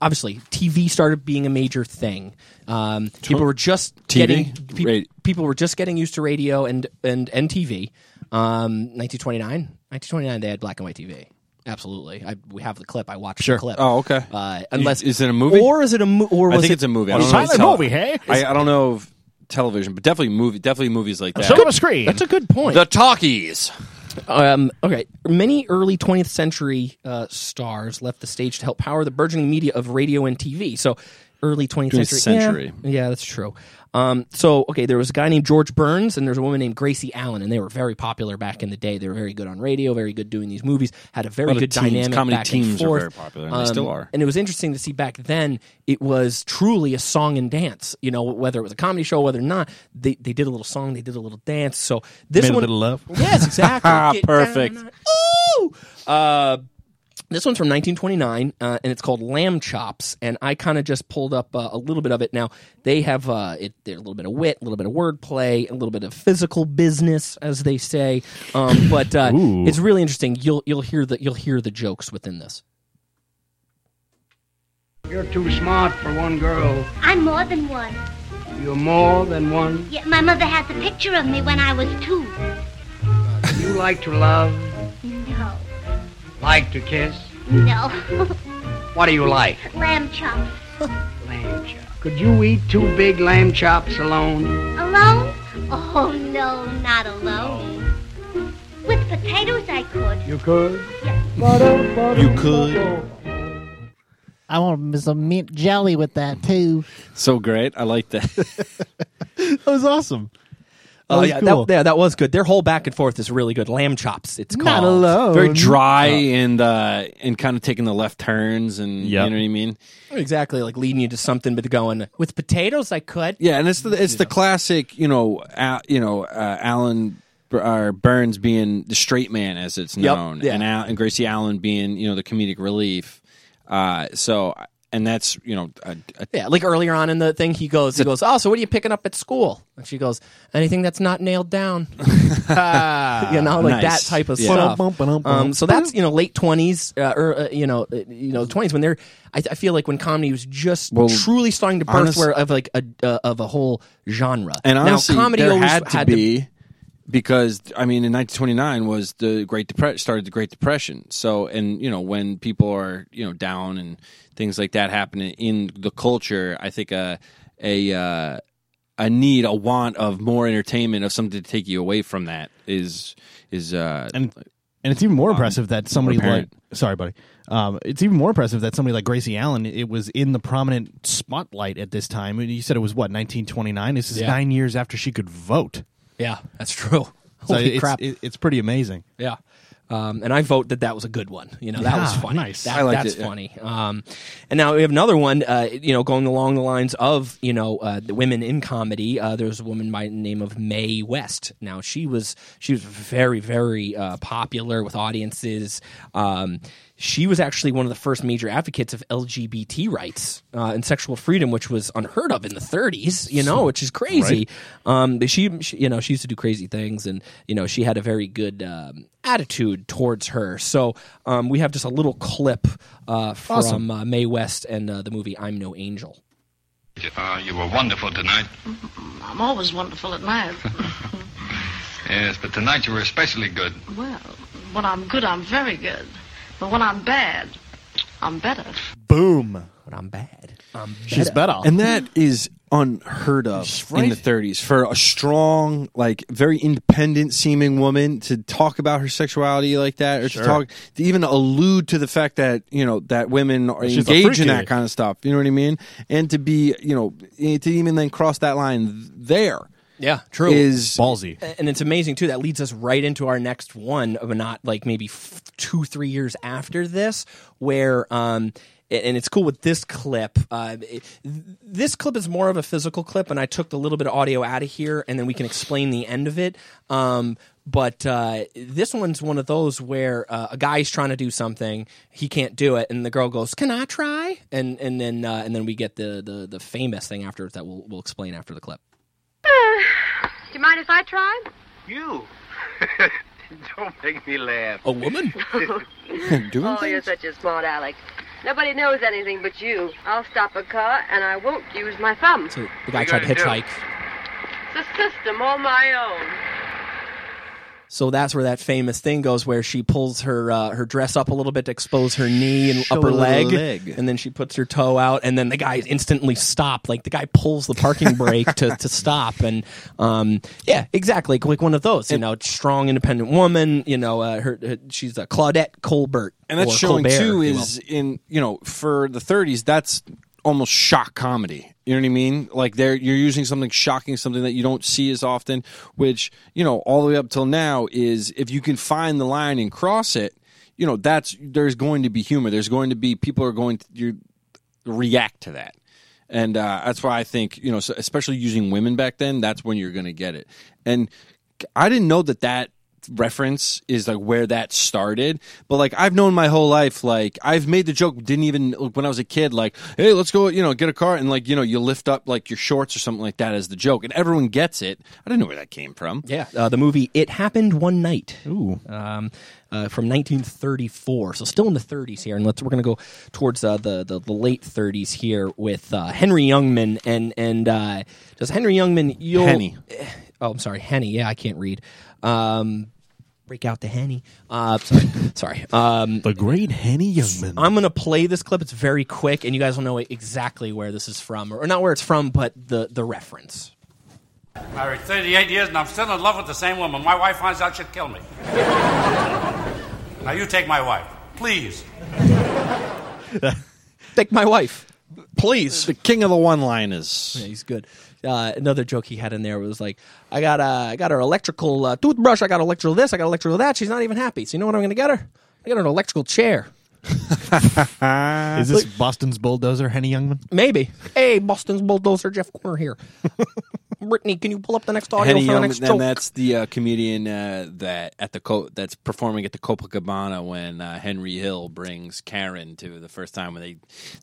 Speaker 10: obviously TV started being a major thing. Um, people were just
Speaker 5: TV?
Speaker 10: getting pe-
Speaker 5: Right.
Speaker 10: people were just getting used to radio and and and TV. Um, 1929, 1929, they had black and white TV. Absolutely, I, we have the clip. I watched the clip.
Speaker 5: Oh, okay.
Speaker 10: Uh, unless
Speaker 5: Is it a movie?
Speaker 10: or is it a mo- or
Speaker 5: I
Speaker 10: was
Speaker 5: think
Speaker 10: it,
Speaker 5: it's a movie. I
Speaker 10: Oh,
Speaker 5: don't know
Speaker 10: silent
Speaker 5: if it's tele-
Speaker 9: movie, hey?
Speaker 5: I, I don't know of television, but definitely movie, definitely movies like that.
Speaker 9: Show them a screen.
Speaker 10: That's a good point.
Speaker 5: The talkies.
Speaker 10: Um, okay, many early 20th century uh, stars left the stage to help power the burgeoning media of radio and TV. So, early 20th
Speaker 5: 20th
Speaker 10: century.
Speaker 5: century.
Speaker 10: Yeah, yeah, that's true. Um, so, okay, there was a guy named George Burns and there's a woman named Gracie Allen, and they were very popular back in the day. They were very good on radio, very good doing these movies, had a very
Speaker 5: lot of
Speaker 10: good
Speaker 5: teams,
Speaker 10: dynamic.
Speaker 5: comedy
Speaker 10: back and
Speaker 5: teams were
Speaker 10: forth. Um,
Speaker 5: very popular, and they still are.
Speaker 10: And it was interesting to see back then, it was truly a song and dance. You know, whether it was a comedy show, whether or not, they, they did a little song, they did a little dance. So, this
Speaker 11: Made a
Speaker 10: one.
Speaker 11: little love.
Speaker 10: Yes, exactly. Get
Speaker 5: Perfect.
Speaker 10: down on- Ooh. Uh, this one's from 1929, uh, and it's called Lamb Chops. And I kind of just pulled up uh, a little bit of it. Now they have uh, it, they're a little bit of wit, a little bit of wordplay, a little bit of physical business, as they say. [LAUGHS] Um, but uh, it's really interesting. You'll you'll hear the you'll hear the jokes within this.
Speaker 7: You're too smart for one girl.
Speaker 1: I'm more than one.
Speaker 7: You're more than one.
Speaker 1: Yet my mother had the picture of me when I was two.
Speaker 7: You like to love,
Speaker 1: No,
Speaker 7: like to kiss.
Speaker 1: no.
Speaker 7: What do you like?
Speaker 1: lamb chops.
Speaker 7: Lamb chop. Could you eat two big lamb chops alone?
Speaker 1: Alone? Oh, no, not alone. With potatoes, I could.
Speaker 7: You could.
Speaker 11: You could.
Speaker 9: I want some mint jelly with that too.
Speaker 5: So great. I like that. [LAUGHS]
Speaker 11: That was awesome.
Speaker 10: Oh
Speaker 11: was
Speaker 10: yeah,
Speaker 11: cool.
Speaker 10: that, yeah, that was good. Their whole back and forth is really good. Lamb Chops. It's called.
Speaker 5: Very dry and uh, and kind of taking the left turns and
Speaker 11: Yep.
Speaker 5: you know what I mean.
Speaker 10: Exactly, like leading you to something, but going with potatoes, I could.
Speaker 5: Yeah, and it's the it's the classic you know Al, you know uh, Alan Bur- or Burns being the straight man as it's known,
Speaker 10: yeah.
Speaker 5: and Al, and Gracie Allen being you know the comedic relief. Uh, so I- and that's you know a, a
Speaker 10: Yeah, like earlier on in the thing, he goes, he goes, oh, so what are you picking up at school? And she goes, anything that's not nailed
Speaker 5: [LAUGHS]
Speaker 10: down, [LAUGHS] you know, like
Speaker 5: Nice.
Speaker 10: that type of
Speaker 5: Yeah.
Speaker 10: stuff. Um, so that's you know late twenties, uh, or uh, you know, uh, you know twenties when they're. I, I feel like when comedy was just
Speaker 5: Well,
Speaker 10: truly starting to birth,
Speaker 5: honest-
Speaker 10: where of like a uh, of a whole genre.
Speaker 5: And honestly,
Speaker 10: now comedy
Speaker 5: there
Speaker 10: always
Speaker 5: had to be because I mean, in 1929 was the Great Depression started the Great Depression. So, and you know, when people are you know down and things like that happen in the culture, I think a a uh, a need, a want of more entertainment, of something to take you away from that is is uh,
Speaker 9: and and it's even more impressive that somebody like
Speaker 5: apparent.
Speaker 9: sorry buddy um, it's even more impressive that somebody like gracie allen it was in the prominent spotlight at this time and you said it was what 1929 this is
Speaker 10: Yeah.
Speaker 9: nine years after she could vote
Speaker 10: yeah, that's true.
Speaker 9: so
Speaker 10: Holy
Speaker 9: it's,
Speaker 10: crap!
Speaker 9: it- it's pretty amazing
Speaker 10: Yeah. Um, and I vote that that was a good one. You know, that was
Speaker 9: Yeah,
Speaker 10: funny.
Speaker 9: nice.
Speaker 10: That,
Speaker 5: I liked
Speaker 10: that's
Speaker 5: it, yeah.
Speaker 10: funny. Um, and now we have another one, uh, you know, going along the lines of, you know, uh, the women in comedy. Uh, there's a woman by the name of Mae West. Now, she was she was very, very uh, popular with audiences. Um, she was actually one of the first major advocates of LGBT rights uh, and sexual freedom, which was unheard of in the 30s, you know, which is crazy. Um, but she, she, you know, she used to do crazy things, and you know, she had a very good um, attitude towards her. So um, we have just a little clip uh, from uh, Mae West and uh, the movie "I'm No Angel."
Speaker 12: Uh, you were wonderful tonight.
Speaker 13: I'm always wonderful at night.
Speaker 12: Yes, but tonight you were especially good.
Speaker 13: well, when I'm good, I'm very good. But when I'm bad, I'm better.
Speaker 9: Boom.
Speaker 10: But I'm bad.
Speaker 9: She's better.
Speaker 5: And that is unheard of in the 30s for a strong, like very independent seeming woman to talk about her sexuality like that, or
Speaker 9: Sure.
Speaker 5: to talk, to even allude to the fact that you know that women are
Speaker 9: She's a
Speaker 5: engaged in
Speaker 9: freaky.
Speaker 5: that kind of stuff. You know what I mean? And to be, you know, eh, to even then cross that line there. [LAUGHS]
Speaker 10: Yeah, true.
Speaker 5: Is
Speaker 9: ballsy.
Speaker 10: and it's amazing too. That leads us right into our next one, of not like maybe f- two, three years after this, where um, a- and it's cool with this clip. Uh, it- th- this clip is more of a physical clip, and I took the little bit of audio out of here, and then we can explain the end of it. Um, but uh, this one's one of those where uh, a guy's trying to do something, he can't do it, and the girl goes, "Can I try?" and and then uh, and then we get the, the the famous thing afterwards that we'll we'll explain after the clip.
Speaker 14: Do you mind if I try?
Speaker 15: You. [LAUGHS] Don't make me laugh.
Speaker 10: A woman?
Speaker 14: oh, you're such a smart aleck. Nobody knows anything but you. I'll stop a car, and I won't use my thumb.
Speaker 10: So the
Speaker 14: What
Speaker 10: guy
Speaker 14: you
Speaker 10: tried to
Speaker 14: gonna do?
Speaker 10: hitchhike.
Speaker 14: It's a system all my own.
Speaker 10: So that's where that famous thing goes, where she pulls her uh, her dress up a little bit to expose her knee and
Speaker 9: Show
Speaker 10: upper
Speaker 9: a little
Speaker 10: leg,
Speaker 9: leg.
Speaker 10: and then she puts her toe out, and then the guy instantly stopped. Like the guy pulls the parking brake to, to stop, and um, yeah, exactly, like one of those. You know, strong, independent woman. You know, uh, her, her she's a Claudette Colbert,
Speaker 5: and that's
Speaker 10: or
Speaker 5: showing
Speaker 10: Colbert,
Speaker 5: too
Speaker 10: if you will.
Speaker 5: is in you know for the 30s that's almost shock comedy you know what i mean like there you're using something shocking something that you don't see as often which you know all the way up till now is if you can find the line and cross it you know that's there's going to be humor there's going to be people are going to you react to that and uh, that's why i think you know so- especially using women back then that's when you're going to get it and I didn't know that that reference is like where that started but like i've known my whole life like i've made the joke didn't even like, when i was a kid like hey let's go you know get a car and like you know you lift up like your shorts or something like that as the joke and everyone gets it i didn't know where that came from
Speaker 10: yeah uh, the movie It Happened One Night. Ooh. Um, uh, from 1934. So still in the 30s here. And let's, we're going to go towards uh, the, the, the late 30s here with uh, Henry Youngman. And, and uh, does Henry Youngman. You'll,
Speaker 5: Henny.
Speaker 10: Oh, I'm sorry. Henny. Yeah, I can't read. Um, break out the Henny. Uh, sorry. [LAUGHS] sorry. Um,
Speaker 9: the great henny youngman
Speaker 10: I'm gonna play this clip. It's very quick, and you guys will know exactly where this is from, or not where it's from, but the the reference.
Speaker 16: Married 38 years and I'm still in love with the same woman. My wife finds out she'll kill me. now you take my wife, please.
Speaker 10: [LAUGHS] Take my wife, please. The
Speaker 5: king of the one liners.
Speaker 10: Yeah, he's good. Uh, another joke he had in there was like, I got uh, I got her electrical uh, toothbrush. I got electrical this. I got electrical that. She's not even happy. So you know what I'm going to get her? I get her an electrical chair.
Speaker 9: is this boston's bulldozer henny youngman
Speaker 10: [LAUGHS] Maybe. Hey, Boston's bulldozer Jeff Corner here. Brittany, can you pull up the next audio
Speaker 5: Henny
Speaker 10: for the
Speaker 5: Young,
Speaker 10: next
Speaker 5: and
Speaker 10: joke?
Speaker 5: that's the uh, comedian uh, that at the Co- that's performing at the Copacabana when uh, Henry Hill brings Karen to the first time when they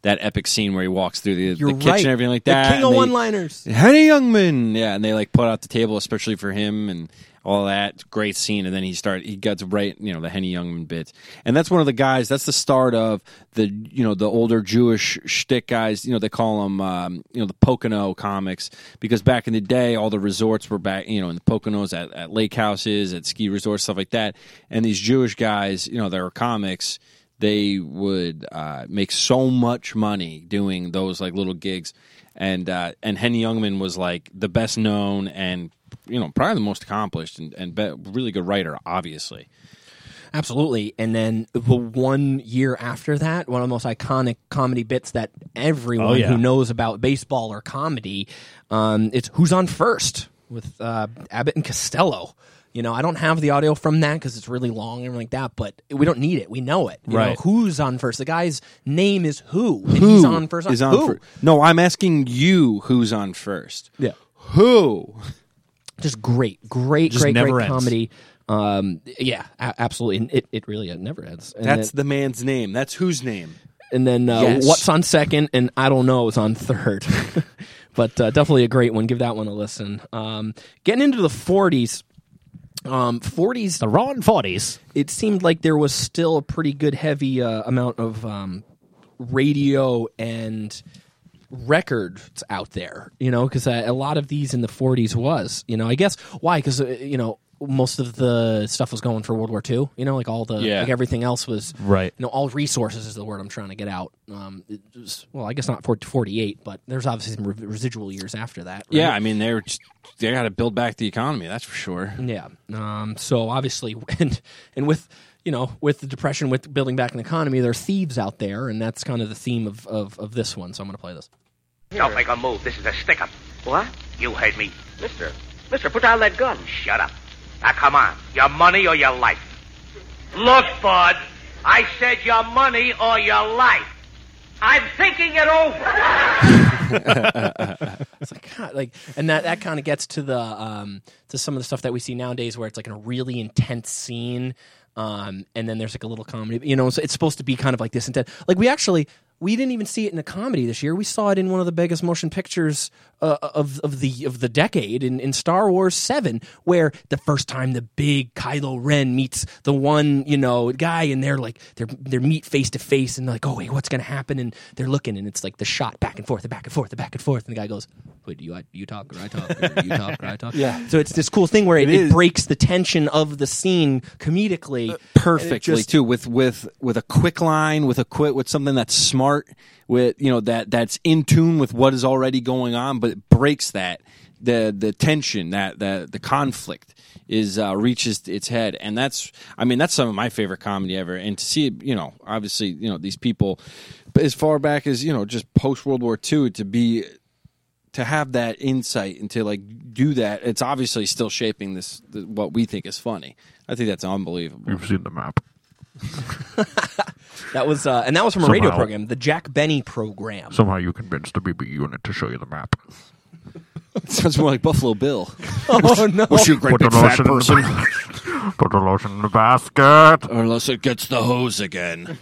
Speaker 5: that epic scene where he walks through the, the
Speaker 10: You're
Speaker 5: kitchen
Speaker 10: right.
Speaker 5: and everything like
Speaker 10: The
Speaker 5: that.
Speaker 10: king
Speaker 5: and
Speaker 10: of
Speaker 5: they-
Speaker 10: one-liners.
Speaker 5: Henny Youngman, yeah, and they like put out the table especially for him and all that great scene, and then he started he got to write you know the Henny Youngman bits, and that's one of the guys. That's the start of the you know the older Jewish shtick guys. You know they call them um, you know the Pocono comics because back in the day all the resorts were back you know in the Poconos at, at lake houses at ski resorts stuff like that, and these Jewish guys you know they were comics they would uh, make so much money doing those like little gigs, and uh, and Henny Youngman was like the best known and you know probably the most accomplished and and be- really good writer, obviously.
Speaker 10: Absolutely. And then the one year after that, one of the most iconic comedy bits that everyone
Speaker 5: Oh, yeah.
Speaker 10: who knows about baseball or comedy, um, it's Who's on First with uh, Abbott and Costello. You know, I don't have the audio from that because it's really long and everything like that, but we don't need it. We know it. You
Speaker 5: Right.
Speaker 10: Know, who's on first? The guy's name is who, and he's on first.
Speaker 5: is on
Speaker 10: who?
Speaker 5: fir- No, I'm asking you who's on first.
Speaker 10: Yeah.
Speaker 5: Who?
Speaker 10: Just great, great,
Speaker 5: Just
Speaker 10: great,
Speaker 5: never
Speaker 10: great
Speaker 5: ends.
Speaker 10: comedy. Um, yeah, a- absolutely. And it, it really it never ends. And
Speaker 5: That's
Speaker 10: then-
Speaker 5: the man's name. That's whose name.
Speaker 10: and then uh,
Speaker 5: Yes.
Speaker 10: what's on second and i don't know is on third [LAUGHS] but uh, definitely a great one give that one a listen um, getting into the 40s um, 40s the
Speaker 9: roaring 40s
Speaker 10: it seemed like there was still a pretty good heavy uh, amount of um, radio and records out there you know because a lot of these in the 40s was you know i guess why because uh, you know most of the stuff was going for world war ii you know like all the
Speaker 9: Yeah.
Speaker 10: like everything else was
Speaker 9: Right.
Speaker 10: you know, all resources is the word I'm trying to get out. Um, it was- well, I guess not for 48, but there's obviously some re- residual years after that. right?
Speaker 5: Yeah, I mean they're just, they got to build back the economy. That's for sure.
Speaker 10: Yeah. Um, so obviously, [LAUGHS] and, and with you know with the depression, with building back an economy, there are thieves out there, and that's kind of the theme of of, of this one. So I'm going to play this.
Speaker 17: Don't make a move. This is a stick up.
Speaker 8: What?
Speaker 17: You heard me.
Speaker 8: Mister, mister, put down that gun.
Speaker 17: Shut up. Now come on. Your money or your life. Look, Bud. I said your money or your life. I'm thinking it over.
Speaker 10: it's like God, like, and that that kind of gets to the um to some of the stuff that we see nowadays, where it's like in a really intense scene, um, and then there's like a little comedy, you know. So it's supposed to be kind of like this intense. Like we actually we didn't even see it in a comedy this year. We saw it in one of the biggest motion pictures uh, of of the of the decade in, in Star Wars Seven, where the first time the big Kylo Ren meets the one you know guy, and they're like they're they're meet face to face, and they're like, oh wait, what's gonna happen? And they're looking, and it's like the shot back and forth, and back and forth, and back and forth, and the guy goes, wait, you you talk or I talk, or you talk or I [LAUGHS] talk.
Speaker 5: Yeah.
Speaker 10: So it's this cool thing where it,
Speaker 5: It
Speaker 10: it,
Speaker 5: is.
Speaker 10: breaks the tension of the scene comedically and it
Speaker 5: perfectly
Speaker 10: just-
Speaker 5: too with with with a quick line with a quick with something that's smart with you know that that's in tune with what is already going on but it breaks that the the tension that the the conflict is uh, reaches its head and that's i mean that's some of my favorite comedy ever and to see it you know obviously you know these people but as far back as you know just post world war ii to be to have that insight and to like do that it's obviously still shaping this th- what we think is funny i think that's unbelievable you've seen the map
Speaker 10: That was uh, and that was from a
Speaker 18: Somehow.
Speaker 10: radio program, the Jack Benny program.
Speaker 18: Somehow you convinced the BB unit to show you the map.
Speaker 5: Sounds more like Buffalo Bill.
Speaker 10: [LAUGHS] [LAUGHS] Oh no!
Speaker 18: What's your great Put big the fat lotion- person? [LAUGHS] Put the lotion in the basket.
Speaker 2: Unless it gets the hose again.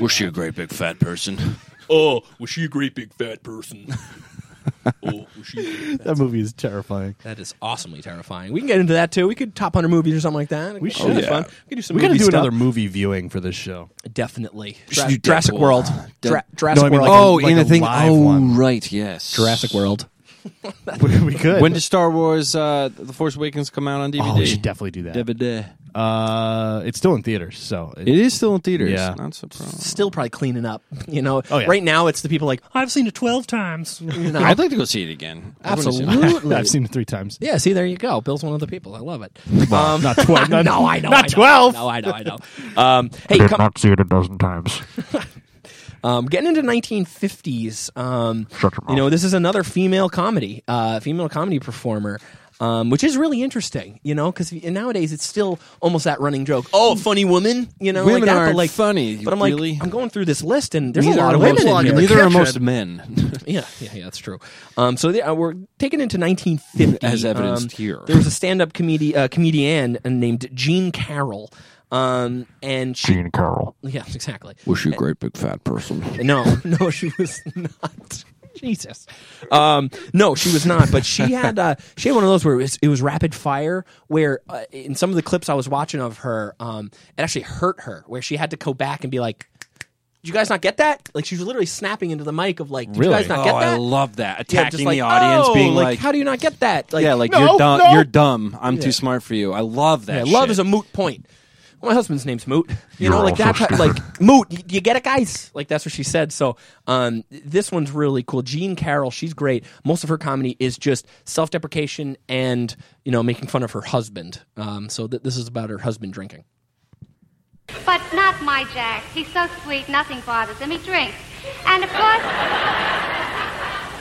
Speaker 2: Was she a great big fat person? Oh, was she a great big fat person?
Speaker 10: Oh, shoot.
Speaker 9: that movie is terrifying.
Speaker 10: That is awesomely terrifying. We can get into that too. We could top hundred movies or something like that.
Speaker 9: We
Speaker 10: That'd
Speaker 9: should.
Speaker 10: be Fun. We could do some.
Speaker 9: We gotta
Speaker 10: movie
Speaker 9: do
Speaker 10: stuff.
Speaker 9: another movie viewing for this show.
Speaker 10: Definitely.
Speaker 9: We
Speaker 10: Dra-
Speaker 9: should do
Speaker 10: Jurassic
Speaker 9: Deadpool.
Speaker 10: World.
Speaker 9: Dead-
Speaker 10: Dra-
Speaker 9: No,
Speaker 10: Jurassic
Speaker 9: I mean
Speaker 10: World.
Speaker 9: like a- Oh, like in a a thing- live
Speaker 5: Oh,
Speaker 9: one.
Speaker 5: right. Yes.
Speaker 10: Jurassic World.
Speaker 9: [LAUGHS] we could.
Speaker 5: When does Star Wars: uh, The Force Awakens come out on DVD?
Speaker 9: Oh, we should definitely do that.
Speaker 5: DVD.
Speaker 9: Uh, it's still in theaters, so
Speaker 5: It is still in theaters.
Speaker 9: Yeah.
Speaker 5: Not surprised.
Speaker 10: Still probably cleaning up. You know,
Speaker 9: Oh, yeah.
Speaker 10: right now it's the people like I've seen it twelve
Speaker 9: [LAUGHS]
Speaker 10: times. You know?
Speaker 5: I'd like to go see it again.
Speaker 11: [LAUGHS]
Speaker 10: Absolutely.
Speaker 9: I've seen it three times.
Speaker 10: Yeah, see, there you go. Bill's one of the people. I love it.
Speaker 9: Well, not
Speaker 10: [LAUGHS]
Speaker 9: 12, not-
Speaker 10: no, I know.
Speaker 9: not
Speaker 10: I know,
Speaker 9: 12.
Speaker 10: No, I know. I know. Um,
Speaker 18: I
Speaker 10: hey,
Speaker 18: did
Speaker 10: come,
Speaker 18: not see it a dozen times.
Speaker 10: um, getting into um, 1950s. Um,
Speaker 18: Shut your
Speaker 10: you know, this is another female comedy, uh, female comedy performer. um, which is really interesting, you know, because nowadays it's still almost that running joke. Oh, funny woman, you know,
Speaker 5: Women
Speaker 10: like that, but
Speaker 5: aren't
Speaker 10: like
Speaker 5: funny,
Speaker 10: But I'm like,
Speaker 5: really.
Speaker 10: I'm going through this list, and there's
Speaker 5: Neither
Speaker 10: a lot
Speaker 5: are
Speaker 10: of
Speaker 5: most
Speaker 10: women. in
Speaker 5: men.
Speaker 10: here.
Speaker 5: Neither are most men.
Speaker 10: yeah, yeah, yeah, that's true. Um, so they, uh, we're taken into 1950,
Speaker 5: As evidenced
Speaker 10: um,
Speaker 5: here.
Speaker 10: There was a stand-up comedi- uh, comedian named Jean Carroll, um, and she,
Speaker 18: Jean Carroll.
Speaker 10: yeah, exactly.
Speaker 5: Was she a great big fat person?
Speaker 10: No, [LAUGHS] no, she was not. Jesus. Um, no, she was not. But she had uh, she had one of those where it was, it was rapid fire. Where uh, in some of the clips I was watching of her, um, it actually hurt her. Where she had to go back and be like, "Did you guys not get that?" Like she was literally snapping into the mic of like, "Did you guys not
Speaker 5: oh,
Speaker 10: get that?"
Speaker 5: I love that.
Speaker 10: Yeah,
Speaker 5: Attacking
Speaker 10: just like,
Speaker 5: the audience,
Speaker 10: "Oh,"
Speaker 5: being like,
Speaker 10: "How do you not get that?" Like,
Speaker 5: yeah, like
Speaker 10: "No,
Speaker 5: you're dumb.
Speaker 10: no."
Speaker 5: You're dumb. I'm
Speaker 10: Yeah.
Speaker 5: too smart for you. I love that.
Speaker 10: Yeah, love
Speaker 5: shit.
Speaker 10: is a moot point. My husband's name's Moot. You
Speaker 5: You're
Speaker 10: know, like
Speaker 5: all
Speaker 10: that.
Speaker 5: so
Speaker 10: type- like Moot. y- You get it, guys. Like that's what she said. So um, this one's really cool. Jean Carroll. She's great. Most of her comedy is just self-deprecation and you know making fun of her husband. Um, so th- this is about her husband drinking.
Speaker 19: But not my Jack. He's so sweet, nothing bothers him. He drinks. And of course,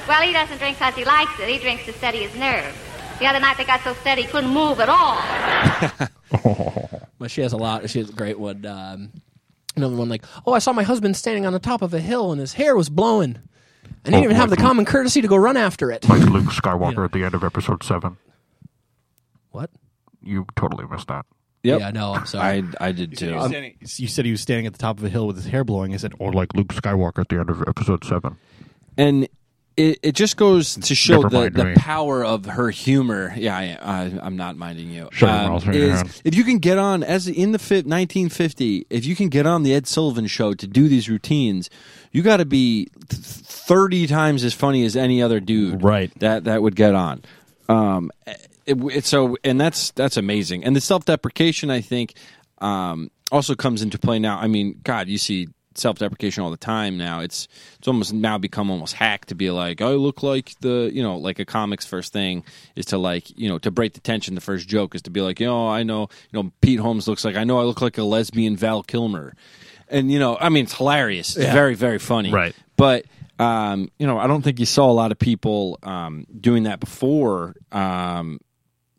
Speaker 19: well, he doesn't drink because he likes it. He drinks to steady his nerves. The other night they got so steady he couldn't move at all.
Speaker 10: But she has a lot. She has a great one. Um, another one like, oh, I saw my husband standing on the top of a hill and his hair was blowing. I didn't
Speaker 18: Oh,
Speaker 10: even have the
Speaker 18: like-
Speaker 10: common courtesy to go run
Speaker 18: [LAUGHS]
Speaker 10: after it.
Speaker 18: Like Luke Skywalker at the end of episode 7.
Speaker 10: What?
Speaker 18: You totally missed that.
Speaker 5: Yep.
Speaker 10: Yeah, no, I'm sorry.
Speaker 5: I, I did too.
Speaker 11: Um, you said he was standing at the top of a hill with his hair blowing. I said, "Oh,
Speaker 18: Or like Luke Skywalker at the end of episode 7.
Speaker 5: and it, it just goes to show
Speaker 18: Never
Speaker 5: the,
Speaker 18: mind
Speaker 5: the
Speaker 18: me.
Speaker 5: power of her humor. Yeah, I, I, I'm not minding you. Um,
Speaker 18: Shut your mouth, turn your
Speaker 5: is
Speaker 18: hand.
Speaker 5: if you can get on as in the fit 1950, if you can get on the Ed Sullivan Show to do these routines, you got to be th- 30 times as funny as any other dude. Right. That that would get on. Um, it, it, so and that's that's amazing. And the self deprecation, I think, um, also comes into play now. I mean, God, you see self deprecation all the time now. It's it's almost now become almost hack to be like, I look like the you know like a comic's first thing is to like you know to break the tension. The first joke is to be like, you know, I know you know Pete Holmes looks like I know I look like a lesbian Val Kilmer, and you know I mean it's hilarious. It's
Speaker 2: Yeah.
Speaker 5: very very funny. Right. But um, you know, I don't think you saw a lot of people um, doing that before. Um,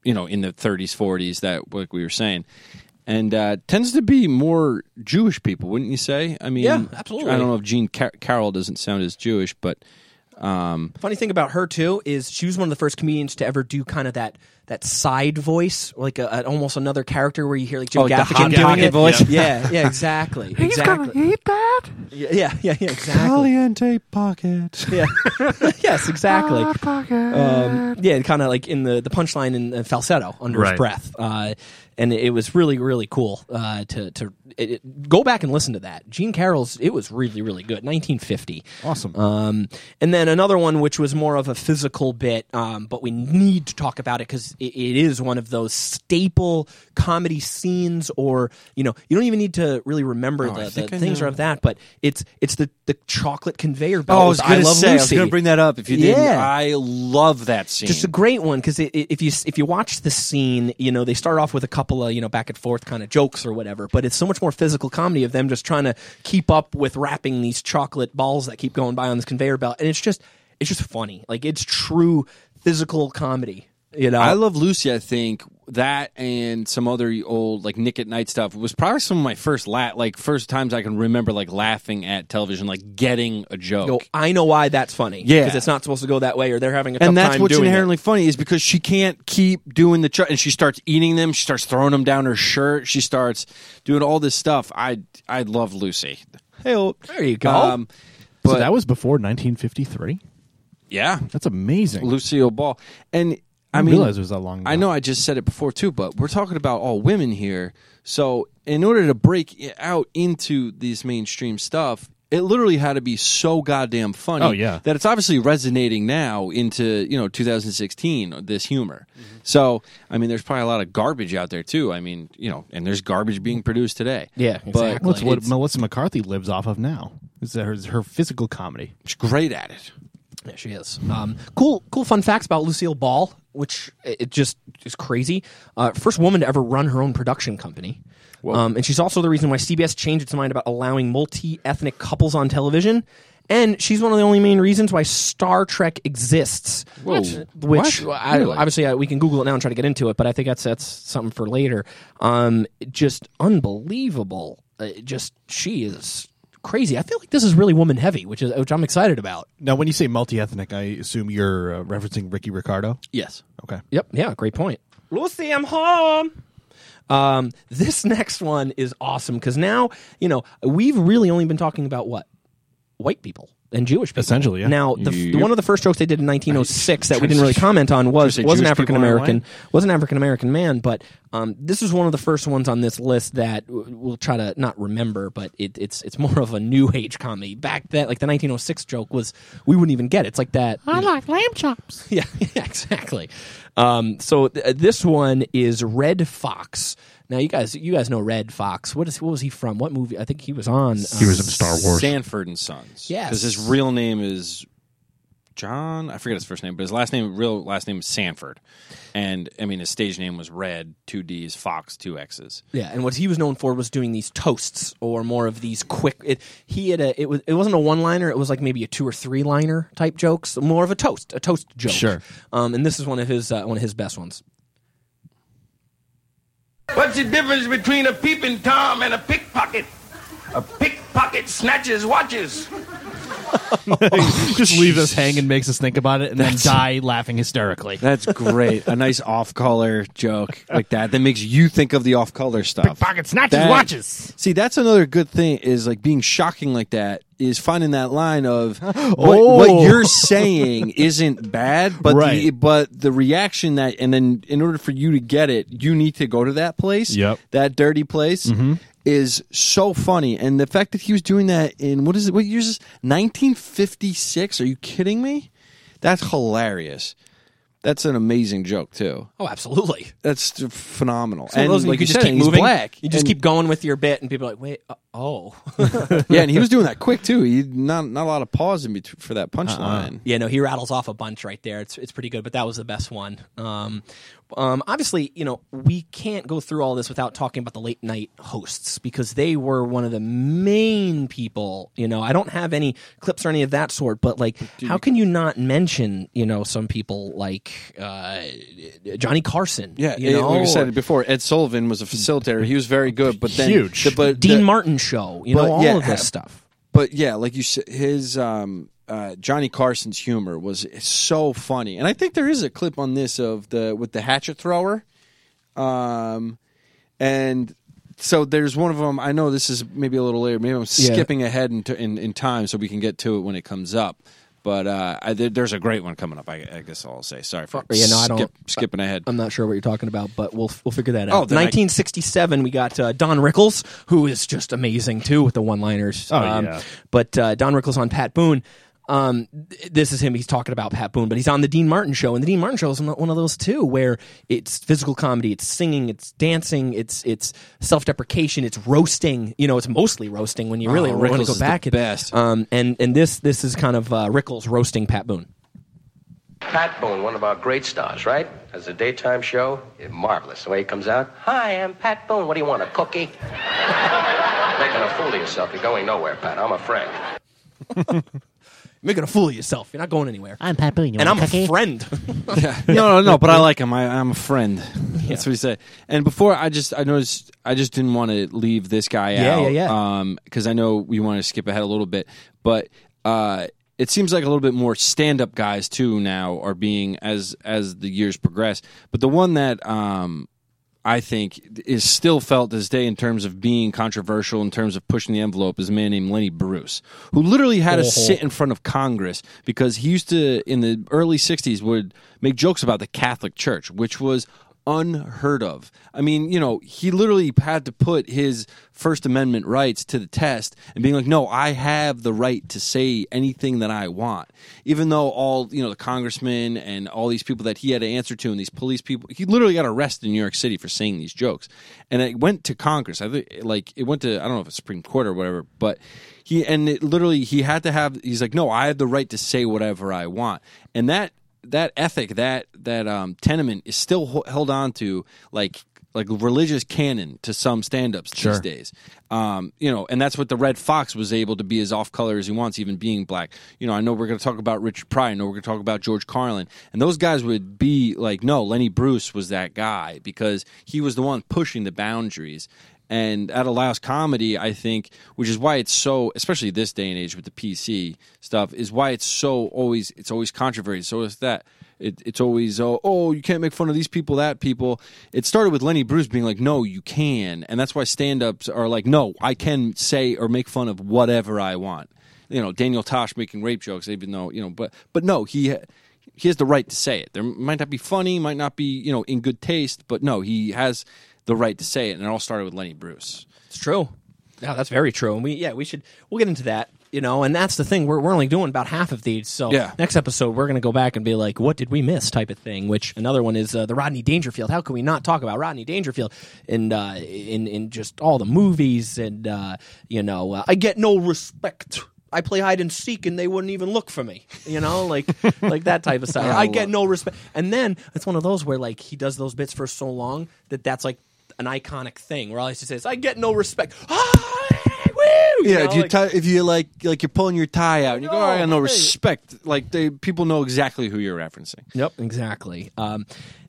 Speaker 5: you know, in the 30s, 40s, that like we were saying, and uh, tends to be more Jewish people, wouldn't you say? I mean,
Speaker 10: Yeah, absolutely.
Speaker 5: I don't know if Gene Car- Carroll doesn't sound as Jewish, but um,
Speaker 10: Funny thing about her too is she was one of the first comedians to ever do kind of that that side voice, like a, a- almost another character where you hear like Jim
Speaker 5: Oh, like the
Speaker 10: Gaffigan
Speaker 5: hot
Speaker 10: doing
Speaker 5: pocket
Speaker 10: it.
Speaker 5: voice?
Speaker 10: Yeah, yeah, exactly,
Speaker 5: He's gonna
Speaker 10: exactly. Yeah, yeah, yeah, yeah, exactly.
Speaker 5: caliente pocket.
Speaker 10: [LAUGHS] Yeah. yes, exactly.
Speaker 5: Hot pocket.
Speaker 10: Um, yeah, kind of like in the the punchline in uh, falsetto under his
Speaker 5: Right.
Speaker 10: breath, uh, and it was really really cool uh, to to it, it- go back and listen to that. Gene Carroll's it was really really good. 1950,
Speaker 11: Awesome.
Speaker 10: Um, and then another one which was more of a physical bit, um, but we need to talk about it because it, it is one of those staple comedy scenes, or you know you don't even need to really remember
Speaker 5: Oh, I
Speaker 10: the,
Speaker 5: think
Speaker 10: the
Speaker 5: I
Speaker 10: things
Speaker 5: know.
Speaker 10: of that, but it's it's the the chocolate conveyor belt.
Speaker 5: Oh, I was
Speaker 10: with
Speaker 5: gonna
Speaker 10: Love
Speaker 5: say, I was
Speaker 10: Lucy.
Speaker 5: gonna bring that up if you didn't.
Speaker 10: Yeah.
Speaker 5: I love that scene.
Speaker 10: Just a great one because it, it- if you if you watch the scene, you know they start off with a couple of you know back and forth kind of jokes or whatever, but it's so much more physical comedy of them just trying to keep up with wrapping these chocolate balls that keep going by on this conveyor belt, and it's just it's just funny, like it's true physical comedy. You know,
Speaker 5: I love Lucy. I think that and some other old like Nick at Night stuff was probably some of my first la- like first times I can remember like laughing at television, like getting a joke.
Speaker 10: Go, I know why that's funny.
Speaker 5: Yeah.
Speaker 10: because it's not supposed to go that way, or they're having a tough
Speaker 5: and that's
Speaker 10: time
Speaker 5: what's
Speaker 10: doing it.
Speaker 5: inherently funny is because she can't keep doing the ch- and she starts eating them she starts throwing them down her shirt she starts doing all this stuff i i love lucy hey
Speaker 10: there you go Um,
Speaker 5: but
Speaker 11: so that was before 1953?
Speaker 5: yeah
Speaker 11: That's amazing.
Speaker 5: lucille ball and
Speaker 11: I
Speaker 5: i,
Speaker 11: didn't
Speaker 5: mean
Speaker 11: realize it was that long
Speaker 5: i know i just said it before too but we're talking about all women here so in order to break i- out into these mainstream stuff it literally had to be so goddamn funny
Speaker 11: Oh, yeah.
Speaker 5: that it's obviously resonating now into you know 2016 this humor so i mean there's probably a lot of garbage out there too i mean you know and there's garbage being produced today but
Speaker 11: That's what
Speaker 5: it's-
Speaker 11: Melissa McCarthy lives off of now. Is her, is her physical comedy.
Speaker 5: She's great at it.
Speaker 10: Yeah, she is. Um, cool, cool, fun facts about Lucille Ball, which it it just is crazy. Uh, first woman to ever run her own production company, um, and she's also the reason why CBS changed its mind about allowing multi-ethnic couples on television. And she's one of the only main reasons why Star Trek exists.
Speaker 5: Whoa.
Speaker 10: Which
Speaker 5: What?
Speaker 10: I,
Speaker 5: Really?
Speaker 10: obviously uh we can Google it now and try to get into it, but I think that's that's something for later. Um, just unbelievable. Uh, just she is crazy. I feel like this is really woman heavy, which is which I'm excited about.
Speaker 9: Now, when you say multi ethnic, I assume you're uh, referencing Ricky Ricardo.
Speaker 10: Yes.
Speaker 9: Okay.
Speaker 10: Yep. Yeah. Great point. Lucy, I'm home. Um, this [LAUGHS] next one is awesome because now you know we've really only been talking about what white people and Jewish people. Essentially, yeah. Now, the, the
Speaker 5: Yep.
Speaker 10: one of the first jokes they did in 1906 that we
Speaker 5: trying to
Speaker 10: didn't really
Speaker 5: say-
Speaker 10: comment on was
Speaker 5: trying to say
Speaker 10: was an
Speaker 5: Jewish
Speaker 10: African
Speaker 5: people aren't
Speaker 10: American was an African American man, but um, this is one of the first ones on this list that w- we'll try to not remember, but it, it's it's more of a new age comedy. Back then, like the 1906 joke was we wouldn't even get. It. It's like that.
Speaker 20: I like lamb chops.
Speaker 10: [LAUGHS] Yeah, yeah, exactly. Um, so th- this one is Red Fox. Now you guys, you guys know Red Fox. What is what was he from? What movie? I think he was on. uh,
Speaker 5: He was in
Speaker 10: Star
Speaker 5: Sanford and Sons.
Speaker 10: Yes.
Speaker 5: because his real name is John. I forget his first name, but his last name, real last name, is Sanford. And I mean, his stage name was Red, two D's, Fox, two X's.
Speaker 10: Yeah, and what he was known for was doing these toasts or more of these quick. It, he had a it was it wasn't a one liner. It was like maybe a two or three liner type jokes. More of a toast, a toast joke.
Speaker 9: Sure.
Speaker 10: Um, and this is one of his uh, one of his best ones.
Speaker 21: What's the difference between a peeping Tom and a pickpocket? A pickpocket snatches watches.
Speaker 9: Just leave us hanging, makes us think about it, and then die laughing hysterically.
Speaker 5: That's great. a nice off-color joke like that that makes you think of the off-color stuff.
Speaker 9: Pocket snatches
Speaker 5: That-
Speaker 9: watches.
Speaker 5: See, that's another good thing is like being shocking like that is finding that line
Speaker 10: [LAUGHS]
Speaker 5: of what,
Speaker 9: Oh.
Speaker 5: what you're saying isn't bad, but the,
Speaker 9: Right.
Speaker 5: but the reaction that and then in order for you to get it, you need to go to that place,
Speaker 9: Yep.
Speaker 5: that dirty place.
Speaker 10: Mm-hmm.
Speaker 5: Is so funny, and the fact that he was doing that in what is it? What year is this? 1956? Are you kidding me? That's hilarious. That's an amazing joke too.
Speaker 10: Oh, absolutely.
Speaker 5: That's phenomenal.
Speaker 10: It's one of those you
Speaker 5: you
Speaker 10: could just
Speaker 5: said,
Speaker 10: keep
Speaker 5: he's
Speaker 10: moving.
Speaker 5: black.
Speaker 10: You just
Speaker 5: and-
Speaker 10: keep going with your bit, and people are like, wait, uh, oh. [LAUGHS]
Speaker 5: yeah, and he was doing that quick too. He not not a lot of pause in between for that punchline.
Speaker 10: Yeah, no, he rattles off a bunch right there. It's it's pretty good, but that was the best one. Um, um, obviously, you know, we can't go through all this without talking about the late night hosts because they were one of the main people. You know, I don't have any clips or any of that sort, but like, how can you not mention you know some people like uh, Johnny Carson?
Speaker 5: Yeah,
Speaker 10: you
Speaker 5: it-
Speaker 10: know,
Speaker 5: like I said before, Ed Sullivan was a facilitator. He was very good, but then
Speaker 10: Huge.
Speaker 5: the- but
Speaker 10: Dean
Speaker 5: the-
Speaker 10: Martin show, you know,
Speaker 5: but
Speaker 10: all
Speaker 5: yeah,
Speaker 10: of this
Speaker 5: ha-
Speaker 10: stuff.
Speaker 5: But yeah, like you said, his um, uh, Johnny Carson's humor was so funny, and I think there is a clip on this of the with the hatchet thrower, um, and. So there's one of them. I know this is maybe a little later. Maybe I'm
Speaker 10: Yeah.
Speaker 5: skipping ahead in, t- in in time so we can get to it when it comes up. But uh, I, there- there's a great one coming up. I, I guess I'll say sorry for
Speaker 10: Oh, Yeah, no, I don't- uh, um,
Speaker 5: skip- skipping ahead.
Speaker 10: I'm not sure what you're talking about, but we'll we'll figure that out.
Speaker 5: Oh, then I-
Speaker 10: 1967, we got uh, Don Rickles, who is just amazing too with the one-liners.
Speaker 9: Oh,
Speaker 10: um,
Speaker 9: yeah.
Speaker 10: But uh, Don Rickles on Pat Boone. Um, th- this is him. He's talking about Pat Boone, but he's on the Dean Martin show, and the Dean Martin show is one of those too, where it's physical comedy, it's singing, it's dancing, it's it's self-deprecation, it's roasting. You know, it's mostly roasting when you really
Speaker 5: Oh,
Speaker 10: want to
Speaker 5: Rickles
Speaker 10: go
Speaker 5: is the
Speaker 10: back. and- Um, and and this this is kind of uh, Rickles roasting Pat Boone.
Speaker 22: Pat Boone, one of our great stars, right? As a daytime show, eh, marvelous. The way he comes out. Hi, I'm Pat Boone. What do you want, a cookie? [LAUGHS] Making a fool of yourself. You're going nowhere, Pat. I'm a friend.
Speaker 10: Making a fool of yourself. You're not going anywhere.
Speaker 20: I'm Pat Boone.
Speaker 10: and I'm a friend.
Speaker 5: no, no, no. But I like him. I, I'm a friend. That's what he said. And before, I just I noticed I just didn't want to leave this guy
Speaker 10: Yeah,
Speaker 5: out.
Speaker 10: yeah, yeah.
Speaker 5: Um, because I know we want to skip ahead a little bit, but uh, it seems like a little bit more stand-up guys too now are being as as the years progress. But the one that um. I think is still felt this day in terms of being controversial, in terms of pushing the envelope, is a man named Lenny Bruce, who literally had to
Speaker 10: Oh.
Speaker 5: sit in front of Congress because he used to, in the early '60s, would make jokes about the Catholic Church, which was unheard of. I mean, you know, he literally had to put his First Amendment rights to the test and being like, "No, I have the right to say anything that I want," even though all you know the congressmen and all these people that he had to answer to and these police people, he literally got arrested in New York City for saying these jokes, and it went to Congress. I think like it went to I don't know if it's Supreme Court or whatever, but he and it literally he had to have he's like no i have the right to say whatever i want and that that ethic that that um tenement is still ho- held on to like like religious canon to some stand-ups
Speaker 11: Sure.
Speaker 5: these days um, you know and that's what the red fox was able to be as off-color as he wants even being black you know i know we're going to talk about richard pryor i know we're going to talk about george carlin and those guys would be like no lenny bruce was that guy because he was the one pushing the boundaries and that allows comedy i think which is why it's so especially this day and age with the pc stuff is why it's so always it's always controversy so it's that it, it's always oh, oh you can't make fun of these people that people it started with lenny bruce being like no you can and that's why stand-ups are like no i can say or make fun of whatever i want you know daniel tosh making rape jokes even though you know but but no he he has the right to say it there might not be funny might not be you know in good taste but no he has the right to say it and it all started with lenny bruce
Speaker 10: It's true. Yeah, that's very true. And we yeah, we should we'll get into that, you know, and that's the thing. We're we're only doing about half of these. So
Speaker 5: Yeah.
Speaker 10: next episode we're gonna go back and be like, what did we miss type of thing, which another one is uh, the Rodney Dangerfield. How can we not talk about Rodney Dangerfield and uh in in just all the movies and uh you know, uh, I get no respect. I play hide and seek and they wouldn't even look for me. You know, like [LAUGHS] like that type of stuff.
Speaker 5: Oh,
Speaker 3: Yeah,
Speaker 10: I
Speaker 3: I
Speaker 10: get no respect. And then it's one of those where like he does those bits for so long that that's like an iconic thing where all he says, "I get no respect." [LAUGHS] You
Speaker 5: yeah,
Speaker 10: know,
Speaker 5: if you
Speaker 10: like-
Speaker 5: tie if you like like you're pulling your tie out and you go,
Speaker 10: No,
Speaker 5: "Oh, I got no
Speaker 10: hey."
Speaker 5: respect. Like they people know exactly who you're referencing.
Speaker 10: Yep, exactly. Um,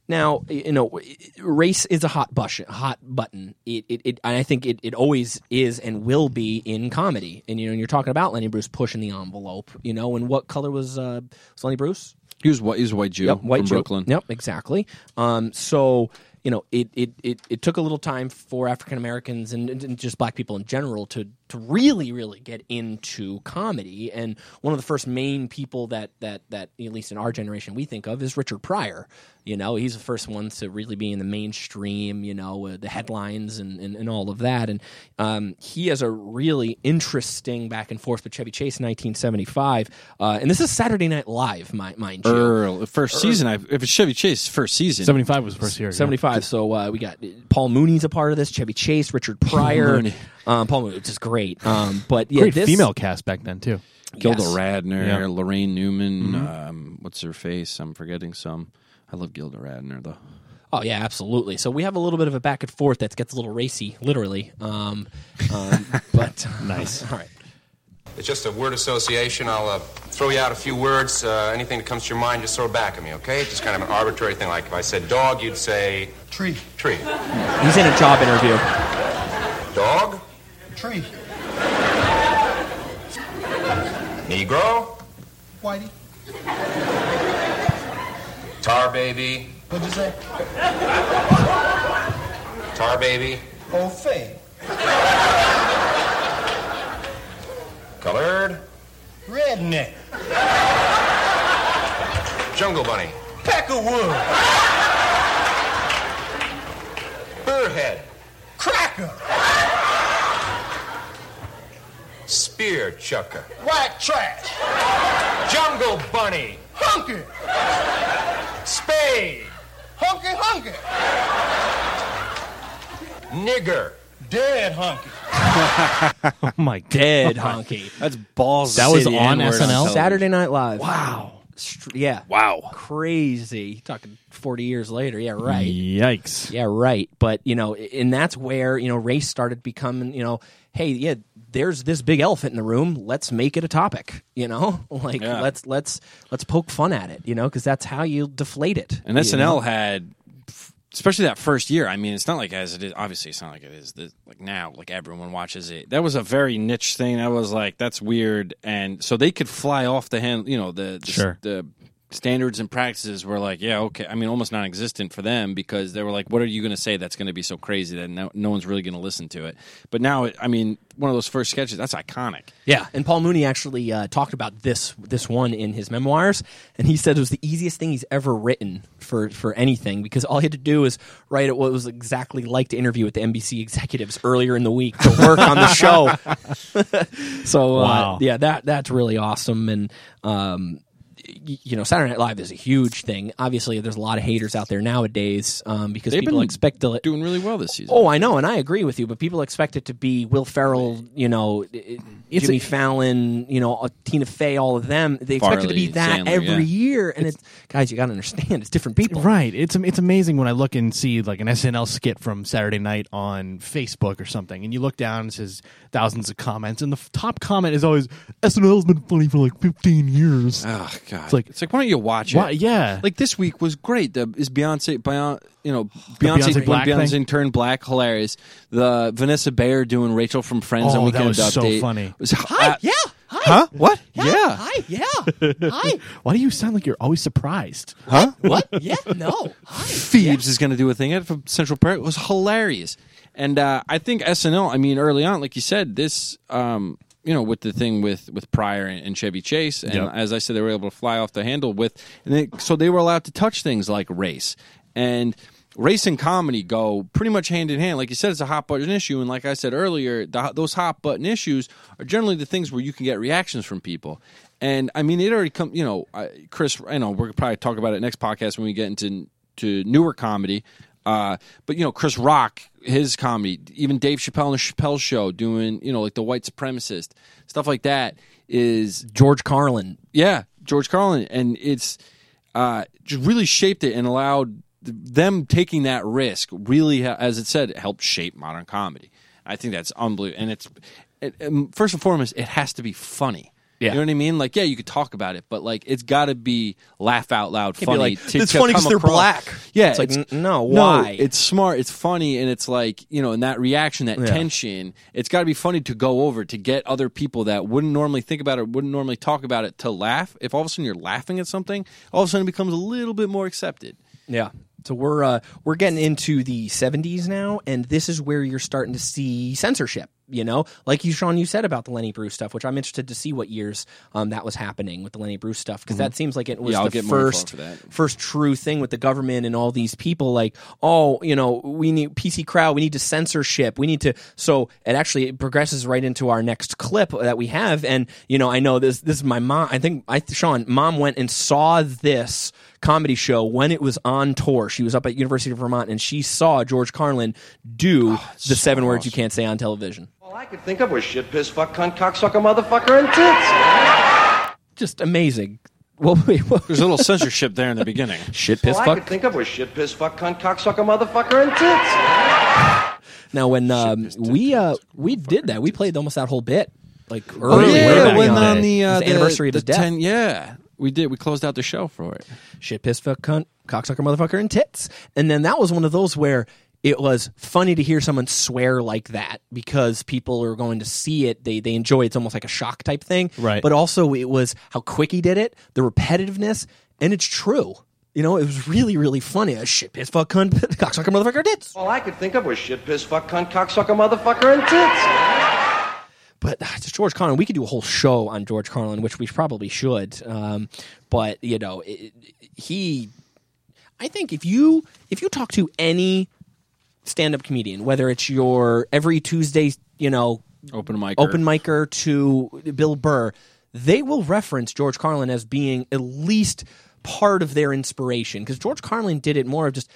Speaker 10: now you know, race is a hot button. Hot button. It, it, it and I think it, it always is and will be in comedy. And you know, and you're talking about Lenny Bruce pushing the envelope. You know, and what color was uh, was Lenny Bruce?
Speaker 5: He was white. He was a white Jew
Speaker 10: Yep, white
Speaker 5: from
Speaker 10: Jew.
Speaker 5: Brooklyn.
Speaker 10: Yep, exactly. Um, so you know, it it, it it took a little time for African Americans and, and just black people in general to to really really get into comedy. And one of the first main people that that that at least in our generation we think of is Richard Pryor. You know, he's the first one to really be in the mainstream. You know, uh, the headlines and, and and all of that. And um, he has a really interesting back and forth with Chevy Chase in 1975. Uh, and this is Saturday Night Live, mi- mind you.
Speaker 5: Earl, first
Speaker 10: Earl.
Speaker 5: season. I, if it's Chevy Chase, first season.
Speaker 10: 75
Speaker 5: was first year.
Speaker 10: 75. So uh, we got Paul Mooney's a part of this. Chevy Chase, Richard Pryor,
Speaker 5: Mooney.
Speaker 10: Um, Paul Mooney, which is great. Um, but yeah,
Speaker 9: Great
Speaker 10: this,
Speaker 9: female cast back then too.
Speaker 5: Gilda
Speaker 10: Yes.
Speaker 5: Radner,
Speaker 9: Yeah. Mm-hmm.
Speaker 5: Lorraine Newman.
Speaker 10: Mhm.
Speaker 5: Um, what's her face? I'm forgetting some. I love Gilda Radner though.
Speaker 10: Oh yeah, absolutely. So we have a little bit of a back and forth that gets a little racy, literally. Um, um, but nice. [LAUGHS] All right.
Speaker 20: It's just a word association. I'll uh, throw you out a few words. Uh, anything that comes to your mind, just throw it back at me, okay? Just kind of an arbitrary thing. Like if I said dog, you'd say. Tree. Tree.
Speaker 10: He's in a job interview.
Speaker 20: Dog?
Speaker 23: Tree.
Speaker 20: Negro?
Speaker 23: Whitey.
Speaker 20: Tar baby?
Speaker 23: What'd you say?
Speaker 20: Tar baby?
Speaker 23: Oh, Faye.
Speaker 20: Colored?
Speaker 23: Redneck.
Speaker 20: Jungle bunny?
Speaker 23: Peckerwood.
Speaker 20: Burrhead?
Speaker 23: Cracker.
Speaker 20: Spear chucker?
Speaker 23: White trash.
Speaker 20: Jungle bunny?
Speaker 23: Hunky.
Speaker 20: Spade?
Speaker 23: Hunky, hunky.
Speaker 20: Nigger?
Speaker 23: Dead hunky.
Speaker 9: oh my
Speaker 10: Dead
Speaker 9: God.
Speaker 10: honky.
Speaker 5: That's balls.
Speaker 9: That was on SNL.
Speaker 10: Saturday Night Live. Wow. Yeah.
Speaker 9: Wow.
Speaker 10: Crazy. Talking 40 years later. Yeah, right.
Speaker 9: Yikes.
Speaker 10: Yeah, right. But you know, and that's where you know race started becoming. You know, hey, yeah, there's this big elephant in the room. Let's make it a topic. You know, [LAUGHS] like
Speaker 5: Yeah.
Speaker 10: let's let's let's poke fun at it. You know, because that's how you deflate it.
Speaker 5: And
Speaker 10: you
Speaker 5: SNL
Speaker 10: know?
Speaker 5: had, especially that first year. I mean, it's not like as it is. Obviously, it's not like it is this, like now. Like everyone watches it. That was a very niche thing. That was like that's weird. And so they could fly off the hand. You know the the,
Speaker 11: Sure.
Speaker 5: the standards and practices were like yeah okay. I mean, almost non-existent for them because they were like, what are you going to say that's going to be so crazy that no, no one's really going to listen to it? But now, it, I mean, one of those first sketches that's iconic.
Speaker 10: Yeah, and Paul Mooney actually uh, talked about this this one in his memoirs, and he said it was the easiest thing he's ever written for for anything because all he had to do was write it what was exactly like the interview with the NBC executives earlier in the week to work on the show. [LAUGHS] so uh,
Speaker 9: Wow.
Speaker 10: yeah, that that's really awesome, and um, y- you know, Saturday Night Live is a huge thing. Obviously, there's a lot of haters out there nowadays um, because
Speaker 5: They've
Speaker 10: people
Speaker 5: been
Speaker 10: expect to
Speaker 5: doing really well this season.
Speaker 10: Oh, I know, and I agree with you. But people expect it to be Will Ferrell, you know, i- i-
Speaker 5: It's
Speaker 10: Jimmy
Speaker 5: a-
Speaker 10: Fallon, you know, uh, Tina Fey, all of them. They expect it to be
Speaker 9: Farley,
Speaker 10: that
Speaker 9: Sandler,
Speaker 10: every
Speaker 9: yeah.
Speaker 10: year, and it's, guys, you got to understand, it's different people.
Speaker 9: Right. It's am- it's amazing when I look and see like an SNL skit from Saturday night on Facebook or something, and you look down and it says thousands of comments, and the f- top comment is always SNL's been funny for like fifteen years.
Speaker 5: Oh God!
Speaker 9: It's like
Speaker 5: it's like why don't you watch it?
Speaker 9: Why- yeah.
Speaker 5: like this week was great. The is Beyonce, Beyonce, you know, Beyonce,
Speaker 9: Beyonce
Speaker 5: Beyonce,
Speaker 9: Black
Speaker 5: Beyonce
Speaker 9: thing?
Speaker 5: turned black, hilarious. The Vanessa Bayer doing Rachel from
Speaker 9: Oh,
Speaker 5: Friends on
Speaker 9: that
Speaker 5: Weekend
Speaker 9: was so
Speaker 5: Update
Speaker 9: funny.
Speaker 5: was
Speaker 9: uh,
Speaker 10: Hi, yeah,
Speaker 5: huh? What? Yeah,
Speaker 10: hi, yeah,
Speaker 9: [LAUGHS] hi. Why do you sound like you're always surprised?
Speaker 5: huh?
Speaker 10: What? [LAUGHS] Yeah, no.
Speaker 5: Phoebes is going to do a thing at from Central Park. It was hilarious, and uh, I think SNL. I mean, early on, like you said, this. Um, you know, with the thing with with Pryor and, and Chevy Chase, and
Speaker 3: Yep.
Speaker 5: as I said, they were able to fly off the handle with, and they, so they were allowed to touch things like race and race and comedy go pretty much hand in hand. Like you said, it's a hot button issue, and like I said earlier, the, those hot button issues are generally the things where you can get reactions from people. And I mean, it already come. You know, I, Chris. I know we're gonna probably talk about it next podcast when we get into to newer comedy. Uh, but you know, Chris Rock, his comedy, even Dave Chappelle and the Chappelle Show, doing you know like the white supremacist stuff like that is
Speaker 10: George Carlin.
Speaker 5: Yeah, George Carlin, and it's uh, just really shaped it and allowed th- them taking that risk. Really, ha- as it said, helped shape modern comedy. I think that's unbelievable, and it's it, um, first and foremost, it has to be funny.
Speaker 10: Yeah.
Speaker 5: You know what I mean? Like, yeah, you could talk about it, but like, it's got to be laugh out loud
Speaker 10: Can't be
Speaker 5: funny.
Speaker 10: like,
Speaker 5: to-
Speaker 10: "It's
Speaker 5: to
Speaker 10: funny
Speaker 5: come
Speaker 10: 'cause they're
Speaker 5: across."
Speaker 10: black.
Speaker 5: Yeah,
Speaker 10: It's like, "N- no, why?"
Speaker 5: It's smart. It's funny, and it's like you know, and that reaction, that
Speaker 10: Yeah.
Speaker 5: tension, it's got to be funny to go over to get other people that wouldn't normally think about it, wouldn't normally talk about it, to laugh. If all of a sudden you're laughing at something, all of a sudden it becomes a little bit more accepted.
Speaker 10: Yeah. So we're uh, we're getting into the 70s now, and this is where you're starting to see censorship. You know, like you, Sean, you said about the Lenny Bruce stuff, which I'm interested to see what years um, that was happening with the Lenny Bruce stuff, because that
Speaker 5: Mhm.
Speaker 10: seems like it was
Speaker 5: Yeah, I'll
Speaker 10: the
Speaker 5: get more info
Speaker 10: first
Speaker 5: for that.
Speaker 10: first true thing with the government and all these people. Like, oh, you know, we need PC crowd, we need to censorship, we need to. So it actually it progresses right into our next clip that we have, and you know, I know this. This is my mom. I think I Sean mom went and saw this comedy show when it was on tour. She was up at University of Vermont and she saw George Carlin do the seven words you can't say on television.
Speaker 22: All I could think of was shit, piss, fuck, cunt, cocksucker, motherfucker, and tits.
Speaker 10: Just amazing. Well, wait, what? [LAUGHS]
Speaker 5: There's a little censorship there in the beginning.
Speaker 10: Shit, piss,
Speaker 22: All I
Speaker 10: fuck.
Speaker 22: could think of was shit, piss, fuck, cunt, cocksucker, motherfucker, and tits.
Speaker 10: Now, when um, we uh, we did that, we played almost that whole bit like
Speaker 5: Oh,
Speaker 10: early. way
Speaker 5: yeah,
Speaker 10: back
Speaker 5: when
Speaker 10: in
Speaker 5: on
Speaker 10: day.
Speaker 5: the,
Speaker 10: It
Speaker 5: uh,
Speaker 10: was the anniversary of
Speaker 5: the
Speaker 10: his death.
Speaker 5: 10 yeah, we did. We closed out the show for it.
Speaker 10: Shit, piss, fuck, cunt, cocksucker, motherfucker, and tits. And then that was one of those where it was funny to hear someone swear like that because people are going to see it. They they enjoy it. It's almost like a shock type thing.
Speaker 9: Right.
Speaker 10: But also it was how quick he did it, the repetitiveness, and it's true. You know, it was really, really funny. Uh, shit, piss, fuck, cunt, [LAUGHS] cocksucker, motherfucker, tits.
Speaker 22: All I could think of was shit, piss, fuck, cunt, cocksucker, motherfucker, and tits.
Speaker 10: but uh, just George Carlin, we could do a whole show on George Carlin, which we probably should. Um, but you know, it, it- he, I think if you if you talk to any stand up comedian, whether it's your every Tuesday, you know,
Speaker 5: open mic,
Speaker 10: open micer to Bill Burr, they will reference George Carlin as being at least part of their inspiration because George Carlin did it more of just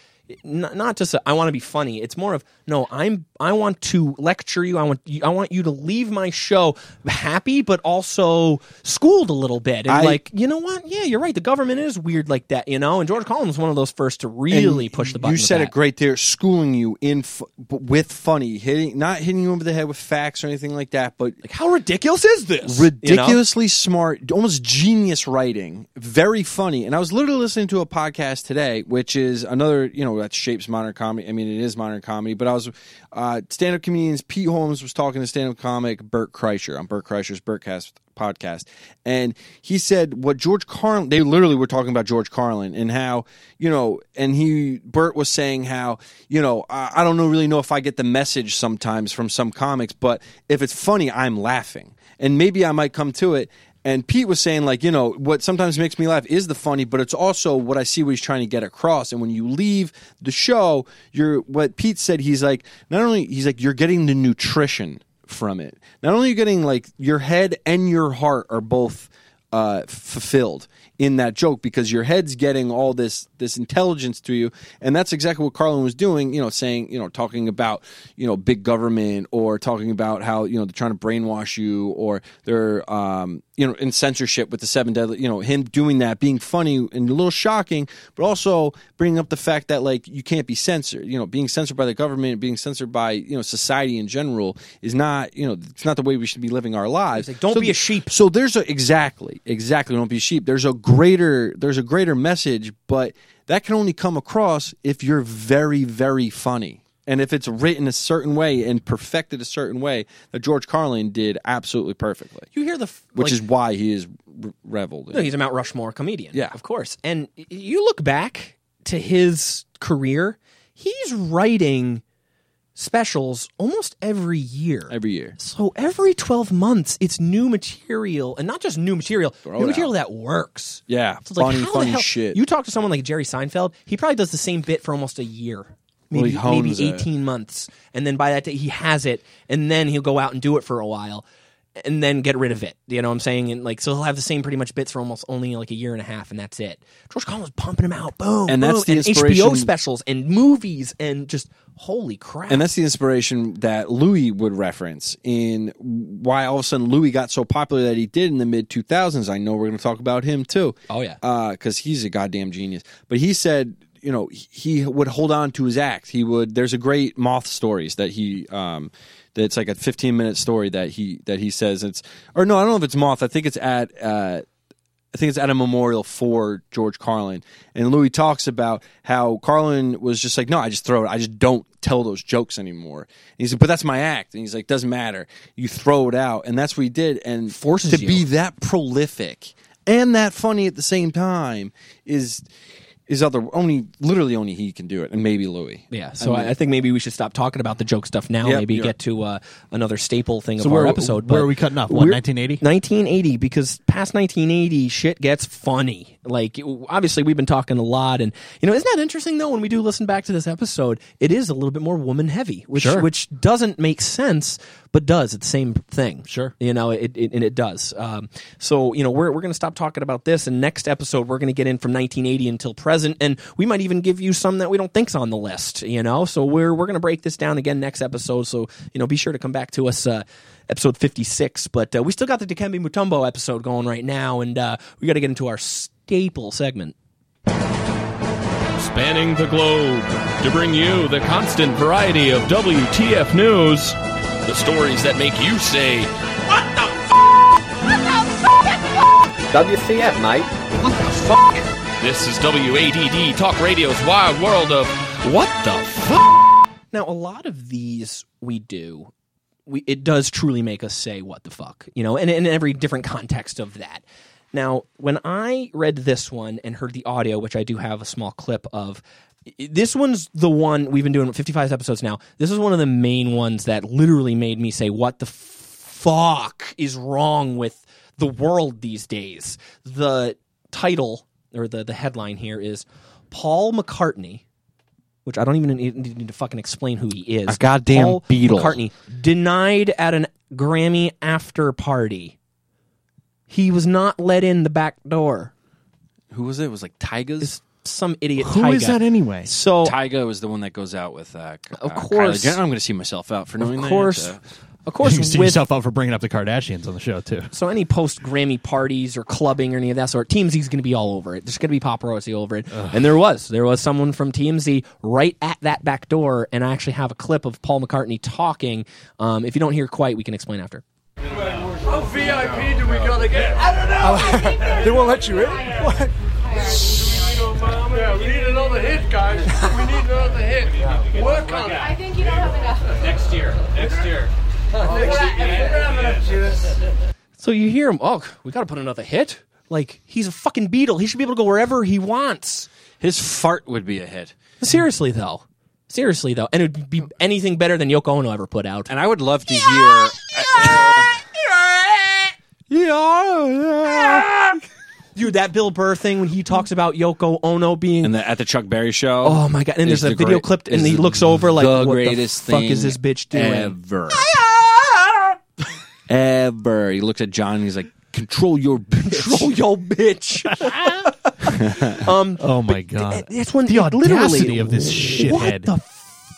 Speaker 10: not, not just a, I want to be funny. It's more of no, I'm I want to lecture you. I want you, I want you to leave my show happy, but also schooled a little bit and
Speaker 5: I-
Speaker 10: like you know what? Yeah, you're right. The government is weird like that, you know. And George Carlin was one of those first to really
Speaker 5: And
Speaker 10: push the button.
Speaker 5: You
Speaker 10: with
Speaker 5: said
Speaker 10: that.
Speaker 5: it great there, schooling you in f- but with funny, hitting not hitting you over the head with facts or anything like that, but like
Speaker 10: how ridiculous is this? You know?
Speaker 5: Ridiculously smart, almost genius writing, very funny. And I was literally listening to a podcast today, which is another you know that shapes modern comedy. I mean, it is modern comedy, but I was uh, stand up comedians. Pete Holmes was talking to stand up comic Bert Kreischer on Bert Kreischer's Bertcast podcast and he said what George Carlin they literally were talking about George Carlin and how you know and he Bert was saying how you know I, I don't know really know if I get the message sometimes from some comics but if it's funny I'm laughing and maybe I might come to it and Pete was saying like you know what sometimes makes me laugh is the funny but it's also what I see what he's trying to get across and when you leave the show you're what Pete said he's like not only he's like you're getting the nutrition from it. Not only are you getting like your head and your heart are both uh, fulfilled. in that joke because your head's getting all this this intelligence to you, and that's exactly what Carlin was doing. You know, saying you know talking about you know big government or talking about how you know they're trying to brainwash you or they're um, you know in censorship with the seven deadly. You know, him doing that being funny and a little shocking, but also bringing up the fact that like you can't be censored. You know, being censored by the government, being censored by you know society in general is not you know it's not the way we should be living our lives.
Speaker 10: like, don't be a
Speaker 5: sheep. So there's a exactly exactly don't be a sheep. There's a greater there's a greater message, but that can only come across if you're very very funny. And if it's written a certain way and perfected a certain way, that George Carlin did absolutely perfectly,
Speaker 10: You hear the f-
Speaker 5: which
Speaker 10: like-
Speaker 5: is why he is re- reveled. in
Speaker 10: No,
Speaker 5: it.
Speaker 10: he's a Mount Rushmore comedian. Yeah, of course. And y- you look back to his career; he's writing specials almost every year.
Speaker 5: Every year.
Speaker 10: So every twelve months, it's new material, and not just new material,
Speaker 5: it
Speaker 10: new
Speaker 5: out.
Speaker 10: material that works.
Speaker 5: Yeah,
Speaker 10: So it's
Speaker 5: funny,
Speaker 10: how the
Speaker 5: funny
Speaker 10: hell-
Speaker 5: shit.
Speaker 10: You talk to someone like Jerry Seinfeld; he probably does the same bit for almost a year,
Speaker 5: Well,
Speaker 10: maybe
Speaker 5: he hones
Speaker 10: maybe
Speaker 5: it.
Speaker 10: eighteen months, and then by that day he has it, and then he'll go out and do it for a while, and then get rid of it. You know what I'm saying? And like, so he'll have the same pretty much bits for almost only like a year and a half, and that's it. George Carlin's pumping him out, boom,
Speaker 5: And
Speaker 10: boom,
Speaker 5: that's the
Speaker 10: and HBO
Speaker 5: inspiration-
Speaker 10: specials and movies and just holy crap.
Speaker 5: And that's the inspiration that Louis would reference in why all of a sudden Louis got so popular that he did in the mid 2000s. I know we're going to talk about him too.
Speaker 10: Oh, yeah.
Speaker 5: Because he's a goddamn genius. But he said, you know, he would hold on to his act. He would, there's a great moth stories that he, um, that's like a 15 minute story that he, that he says it's, or no, I don't know if it's moth. I think it's at, uh, I think it's at a memorial for George Carlin. And Louis talks about how Carlin was just like, no, I just throw it. I just don't tell those jokes anymore. And he's like, but that's my act. And he's like, doesn't matter. You throw it out. And that's what he did. And forces to
Speaker 10: you.
Speaker 5: be that prolific and that funny at the same time is is other only literally only he can do it and maybe Louis.
Speaker 10: yeah, so I, I think maybe we should stop talking about the joke stuff now.
Speaker 5: Yep,
Speaker 10: maybe
Speaker 5: you're-
Speaker 10: get to uh, another staple thing
Speaker 9: So
Speaker 10: of
Speaker 9: where-
Speaker 10: our episode.
Speaker 9: where
Speaker 10: but
Speaker 9: are we cutting off? What,
Speaker 10: we're-
Speaker 9: 1980?
Speaker 10: 1980 because past 1980 shit gets funny. Like it- obviously we've been talking a lot and you know isn't that interesting though when we do listen back to this episode it is a little bit more woman heavy which
Speaker 9: Sure.
Speaker 10: which doesn't make sense but does it's the same thing. Sure. You know it, it and it does. Um, so you know we're we're going to stop talking about this and next episode we're going to get in from 1980 until present and we might even give you some that we don't think's on the list, you know. So we're we're going to break this down again next episode so you know be sure to come back to us uh episode 56 but uh, we still got the Dikembe Mutombo episode going right now and uh, we got to get into our staple segment
Speaker 3: Spanning the globe to bring you the constant variety of WTF news, the stories that make you say,
Speaker 4: WTF, mate? What the fuck?
Speaker 3: This is WADD Talk Radio's wild world of what the fuck?
Speaker 10: now a lot of these we do we it does truly make us say what the fuck you know and in every different [LAUGHS] context of that now when i read this one and heard the audio which i do have a small clip of i- i- this one's the one we've been doing 55 episodes now this is one of the main ones that literally made me say what the fuck is wrong with the world these days the title or the, the headline here is paul mccartney which I don't even need, need to fucking explain who he is.
Speaker 5: A goddamn
Speaker 10: Paul
Speaker 5: Beatle.
Speaker 10: McCartney denied at an Grammy after party. He was not let in the back door.
Speaker 5: Who was it? It was like Tyga's
Speaker 10: some idiot.
Speaker 5: Who is that
Speaker 9: anyway?
Speaker 5: Oh.
Speaker 10: So
Speaker 5: Tyga was the one that goes out with uh,
Speaker 10: Of uh, Kylie course. Jenner.
Speaker 5: I'm going to see myself out for knowing uh,
Speaker 10: Of course, of course,
Speaker 9: you see
Speaker 10: with
Speaker 9: yourself out for bringing up the Kardashians on the show too.
Speaker 10: So any post Grammy parties or clubbing or any of that sort, TMZ's going to be all over it. There's going to be paparazzi over it. And there was there was someone from TMZ right at that back door, and I actually have a clip of Paul McCartney talking. Um, if you don't hear quite, we can explain after.
Speaker 23: How VIP do we gotta get? I don't know.
Speaker 6: Oh. [LAUGHS] they won't let you in. What?
Speaker 23: yeah, we need another hit, guys. We need another hit. Work on it. I think you don't have enough. Next year. Next year. Next year.
Speaker 10: So you hear him. Oh, we got to put another hit. Like he's a fucking beetle. He should be able to go wherever he wants.
Speaker 5: His fart would be a hit.
Speaker 10: Seriously though, seriously though, and it'd be anything better than Yoko Ono ever put out.
Speaker 5: And I would love to hear.
Speaker 10: Yeah. [LAUGHS] Dude, that Bill Burr thing when he talks about Yoko Ono being
Speaker 5: in the, at the Chuck Berry show.
Speaker 10: Oh my god! And there's
Speaker 5: is
Speaker 10: a
Speaker 5: the
Speaker 10: video
Speaker 5: great-
Speaker 10: clip,
Speaker 5: is
Speaker 10: and he looks over like,
Speaker 5: the
Speaker 10: "What
Speaker 5: greatest
Speaker 10: the fuck
Speaker 5: thing
Speaker 10: is this bitch doing?"
Speaker 5: ever, ever. He looked at John. and He's like, control your [LAUGHS]
Speaker 10: [LAUGHS] control your bitch. um,
Speaker 9: oh my
Speaker 10: but
Speaker 9: God.
Speaker 10: th- that's when
Speaker 9: The
Speaker 10: it
Speaker 9: audacity
Speaker 10: literally,
Speaker 9: of this
Speaker 10: What
Speaker 9: shithead.
Speaker 10: the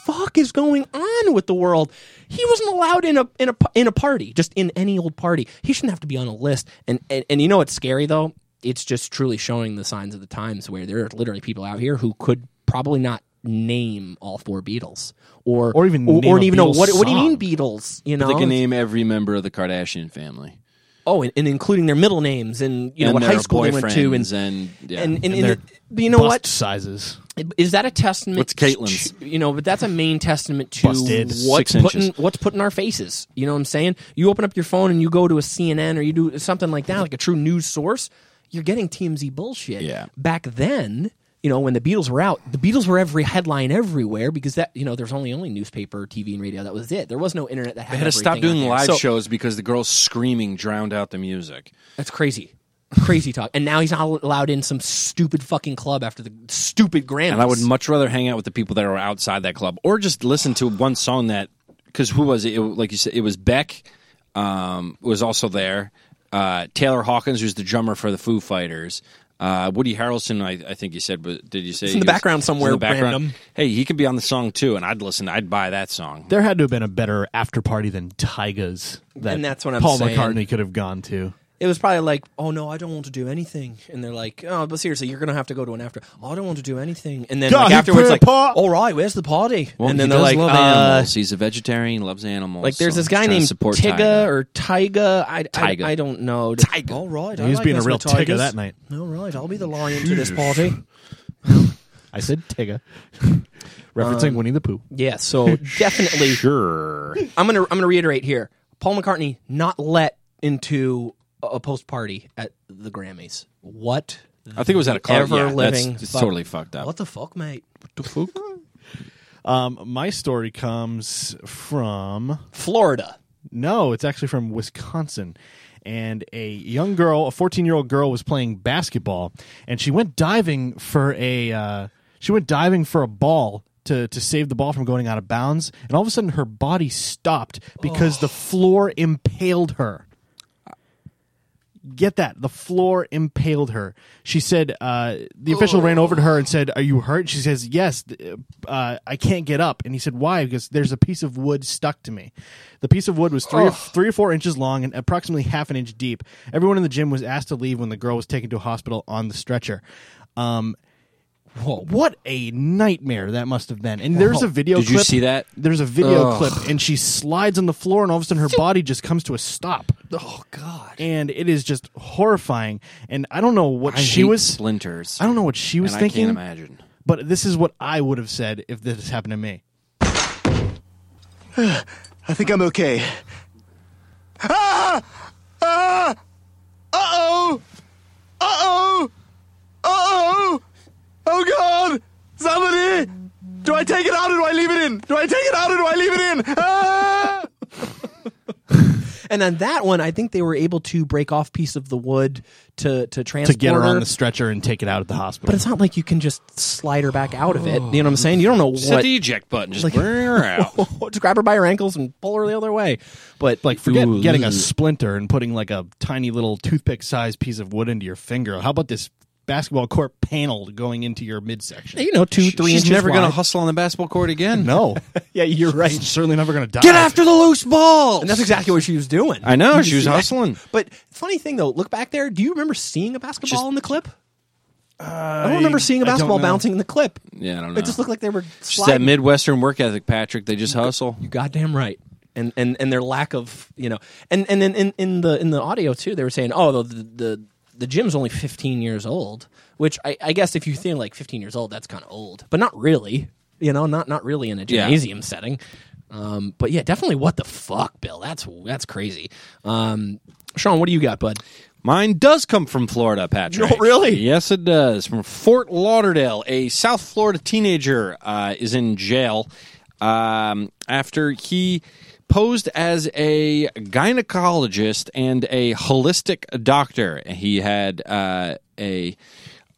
Speaker 10: fuck is going on with the world? He wasn't allowed in a in a in a party, just in any old party. He shouldn't have to be on a list. And and, and you know what's scary though? It's just truly showing the signs of the times where there are literally people out here who could probably not name all four Beatles or
Speaker 9: Or even
Speaker 10: or,
Speaker 9: name
Speaker 10: or
Speaker 9: a
Speaker 10: even know
Speaker 9: Beatles
Speaker 10: what what do you
Speaker 9: song.
Speaker 10: mean Beatles? You know,
Speaker 5: But they can name every member of the Kardashian family.
Speaker 10: Oh, and, and including their middle names and you know
Speaker 5: And
Speaker 10: what
Speaker 5: their
Speaker 10: high school they went to and
Speaker 5: boyfriends and- yeah.
Speaker 10: and, and,
Speaker 5: And
Speaker 10: and
Speaker 5: their
Speaker 10: it- but you know
Speaker 9: bust
Speaker 10: what
Speaker 9: sizes.
Speaker 10: is that a testament?
Speaker 5: What's Caitlin's?
Speaker 10: to- you know, but that's a main testament to
Speaker 5: Busted.
Speaker 10: what's
Speaker 5: Six
Speaker 10: putting
Speaker 5: inches.
Speaker 10: what's put in our faces. You know what I'm saying? You open up your phone and you go to a CNN or you do something like that, like a true news source. You're getting TMZ bullshit. Yeah. Back then, you know, when the Beatles were out, the Beatles were every headline everywhere because that you know there's only only newspaper, TV, and radio. That was it. There was no internet that had.
Speaker 5: They had to
Speaker 10: everything
Speaker 5: stop
Speaker 10: on
Speaker 5: doing
Speaker 10: there.
Speaker 5: live
Speaker 10: So-
Speaker 5: shows because the girls screaming drowned out the music.
Speaker 10: That's crazy. Crazy talk. And now he's not allowed in some stupid fucking club after the stupid Grammys.
Speaker 5: And I would much rather hang out with the people that are outside that club, or just listen to one song that. Because who was it? it? Like you said, it was Beck. Um, was also there. Uh, Taylor Hawkins, who's the drummer for the Foo Fighters. Uh, Woody Harrelson, I, I think you said. was- Did you say
Speaker 10: It's in the
Speaker 5: he was-
Speaker 10: background
Speaker 5: it's
Speaker 10: somewhere, random.
Speaker 5: Hey, he could be on the song too, and I'd listen. I'd buy that song.
Speaker 9: There had to have been a better after party than Tyga's. That
Speaker 10: And that's what I'm
Speaker 9: Paul
Speaker 10: saying.
Speaker 9: McCartney could have gone to.
Speaker 10: It was probably like, oh no, I don't want to do anything, and they're like, oh, but seriously, you're gonna have to go to an after. Oh, I don't want to do anything, and then
Speaker 5: Yeah,
Speaker 10: like,
Speaker 5: he
Speaker 10: afterwards,
Speaker 5: put a
Speaker 10: like, all right, where's the party?
Speaker 5: Well,
Speaker 10: and then
Speaker 5: he
Speaker 10: they're
Speaker 5: does
Speaker 10: like,
Speaker 5: love
Speaker 10: uh,
Speaker 5: animals. He's a vegetarian, loves animals.
Speaker 10: like there's
Speaker 5: so
Speaker 10: this
Speaker 5: he's
Speaker 10: guy
Speaker 5: trying to
Speaker 10: named
Speaker 5: support
Speaker 10: Tiga
Speaker 5: Tiger.
Speaker 10: or Tyga. I, I,
Speaker 5: Tyga.
Speaker 10: I don't know. Tyga. All right, I
Speaker 5: He was
Speaker 10: like
Speaker 5: being a
Speaker 10: this
Speaker 5: real
Speaker 10: with tigers.
Speaker 5: Tiga that night.
Speaker 10: All right, I'll be the lion to this
Speaker 9: Jeez.
Speaker 10: party.
Speaker 9: I said Tyga, [LAUGHS] referencing
Speaker 10: Um,
Speaker 9: Winnie the Pooh.
Speaker 10: Yeah,
Speaker 5: [LAUGHS]
Speaker 10: so definitely.
Speaker 5: sure.
Speaker 10: I'm gonna I'm gonna reiterate here. Paul McCartney not let into a, post party at the Grammys. What?
Speaker 5: I think it was at a club,
Speaker 10: Ever
Speaker 5: yeah, that's-
Speaker 10: living.
Speaker 5: it's totally fucked up.
Speaker 10: What the fuck, mate? What the
Speaker 9: fuck? Um, my story comes from
Speaker 10: Florida.
Speaker 9: No, it's actually from Wisconsin. And a young girl, a 14 year old girl, was playing basketball, and she went diving for a uh, she went diving for a ball to to save the ball from going out of bounds. And all of a sudden, her body stopped because the floor impaled her get that the floor impaled her she said uh, the official ran over to her and said are you hurt she says yes th- uh, i can't get up and he said why because there's a piece of wood stuck to me the piece of wood was three, or,
Speaker 1: Ugh.
Speaker 9: three or four inches long and approximately half an inch deep everyone in the gym was asked to leave when the girl was taken to a hospital on the stretcher um, what a nightmare that must have been! And there's
Speaker 5: Whoa.
Speaker 9: a video.
Speaker 5: Oh, Did you
Speaker 9: clip-
Speaker 5: see that?
Speaker 9: There's a video
Speaker 5: Ugh.
Speaker 9: clip, and she slides on the floor, and all of a sudden her body just comes to a stop. Oh
Speaker 10: God!
Speaker 9: And it is just horrifying. And I don't know what
Speaker 5: I
Speaker 9: she
Speaker 5: hate
Speaker 9: was.
Speaker 5: splinters.
Speaker 9: I don't know what she was
Speaker 5: and
Speaker 9: thinking.
Speaker 5: I can't imagine.
Speaker 9: But this is what I would have said if this happened to me.
Speaker 6: I think I'm okay. Ah! Ah! Uh-oh! Uh-oh! Uh-oh! Oh god! Somebody! Do I take it out or do I leave it in? Do I take it out or do I leave it in? Ah!
Speaker 10: And on that one, I think they were able to break off piece of the wood to to transport
Speaker 9: To get her on the stretcher and take it out at the hospital.
Speaker 10: But it's not like you can just slide her back out of it. You know what I'm saying? You don't know
Speaker 5: Just
Speaker 10: what
Speaker 5: hit the eject button. Just bring
Speaker 10: [LAUGHS]
Speaker 5: her out.
Speaker 10: just grab her by her ankles and pull her the other way. But
Speaker 9: like, forget
Speaker 10: Ooh.
Speaker 9: getting a splinter and putting like a tiny little toothpick-sized piece of wood into your finger. How about this basketball court panel going into your midsection?
Speaker 10: You know, two, three
Speaker 5: She's
Speaker 10: inches
Speaker 5: never gonna
Speaker 10: wide.
Speaker 5: hustle on the basketball court
Speaker 10: [LAUGHS]
Speaker 5: again.
Speaker 9: No.
Speaker 10: yeah, you're right.
Speaker 9: certainly never going to die.
Speaker 10: Get after the loose balls. And that's exactly what she was doing.
Speaker 5: I know,
Speaker 10: You
Speaker 5: she was
Speaker 10: see that?
Speaker 5: hustling.
Speaker 10: But funny thing though, look back there. Do you remember seeing a basketball in the clip? I don't remember seeing a
Speaker 5: I don't
Speaker 10: basketball
Speaker 5: know.
Speaker 10: bouncing in the clip.
Speaker 5: Yeah, I don't know.
Speaker 10: It just looked like they were
Speaker 5: It's just that
Speaker 10: sliding.
Speaker 5: Midwestern work ethic, Patrick. They just hustle.
Speaker 10: You goddamn right. And, and and their lack of you know and and then in, in the in the audio too they were saying oh the the the gym's only 15 years old which I, I guess if you think like 15 years old that's kind of old but not really you know not not really in a
Speaker 5: Yeah.
Speaker 10: gymnasium setting um, but yeah definitely what the fuck Bill that's that's crazy um, Sean what do you got bud
Speaker 5: Mine does come from Florida,
Speaker 10: [LAUGHS]
Speaker 5: Patrick.
Speaker 10: No, really?
Speaker 5: Yes, it does. From Fort Lauderdale, a South Florida teenager uh, is in jail um, after he posed as a gynecologist and a holistic doctor. He had uh, a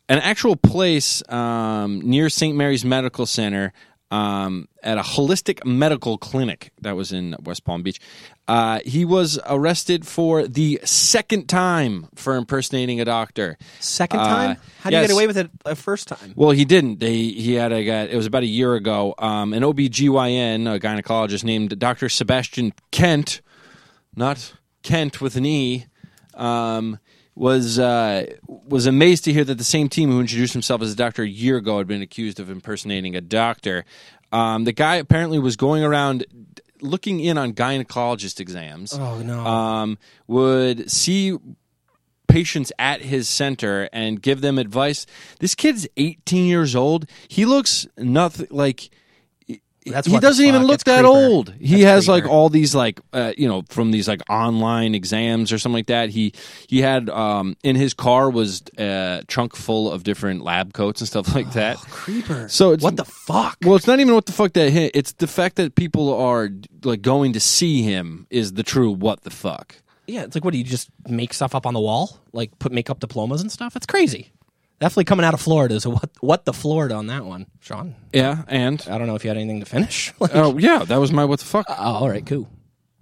Speaker 5: an actual place um, near St. Mary's Medical Center um, at a holistic medical clinic that was in West Palm Beach. Uh, he was arrested for the second time for impersonating a doctor.
Speaker 10: Second time? How do you get away with it the first time?
Speaker 5: Uh, Well, he didn't. They he had a guy. It was about a year ago. Um, an OBGYN, a gynecologist named Dr. Sebastian Kent, not Kent with an E, um, was uh, was amazed to hear that the same team who introduced himself as a doctor a year ago had been accused of impersonating a doctor. Um, the guy apparently was going around looking in on gynecologist exams.
Speaker 10: Oh, no.
Speaker 5: Um, would see patients at his center and give them advice. This kid's 18 years old. He looks nothing like
Speaker 10: That's
Speaker 5: he
Speaker 10: what the
Speaker 5: doesn't even
Speaker 10: fuck,
Speaker 5: look
Speaker 10: it's
Speaker 5: that
Speaker 10: creeper.
Speaker 5: old. He
Speaker 10: That's
Speaker 5: has like
Speaker 10: creeper.
Speaker 5: all these like uh, you know from these like online exams or something like that. He he had um, in his car was a trunk full of different lab coats and stuff like that.
Speaker 10: Creeper.
Speaker 5: So it's,
Speaker 10: what the fuck?
Speaker 5: Well, it's not even what the fuck that hit. It's the fact that people are like going to see him is the true what the fuck.
Speaker 10: Yeah, it's like what do you just make stuff up on the wall? Like put make up diplomas and stuff? It's crazy. Definitely coming out of Florida. So what what the Florida on that one, Sean?
Speaker 5: Yeah, and
Speaker 10: I don't know if you had anything to finish. [LAUGHS] Like-
Speaker 5: Oh yeah, that was my what the fuck.
Speaker 10: Oh, all right, cool.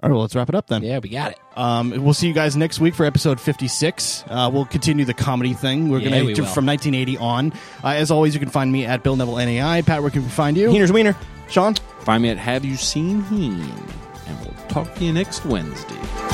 Speaker 9: All right, well, let's wrap it up then.
Speaker 10: Yeah, we got it. Uh,
Speaker 9: Um, we'll see you guys next week for episode 56. Uh, we'll continue the comedy thing. We're
Speaker 10: Yeah,
Speaker 9: going
Speaker 10: we
Speaker 9: to
Speaker 10: will.
Speaker 9: from 1980 on. Uh, as always, you can find me at Bill Neville NAI. Pat, where can we find you?
Speaker 10: Heeners Wiener.
Speaker 9: Sean?
Speaker 5: Find me at Have You Seen Heen? And we'll talk to you next Wednesday.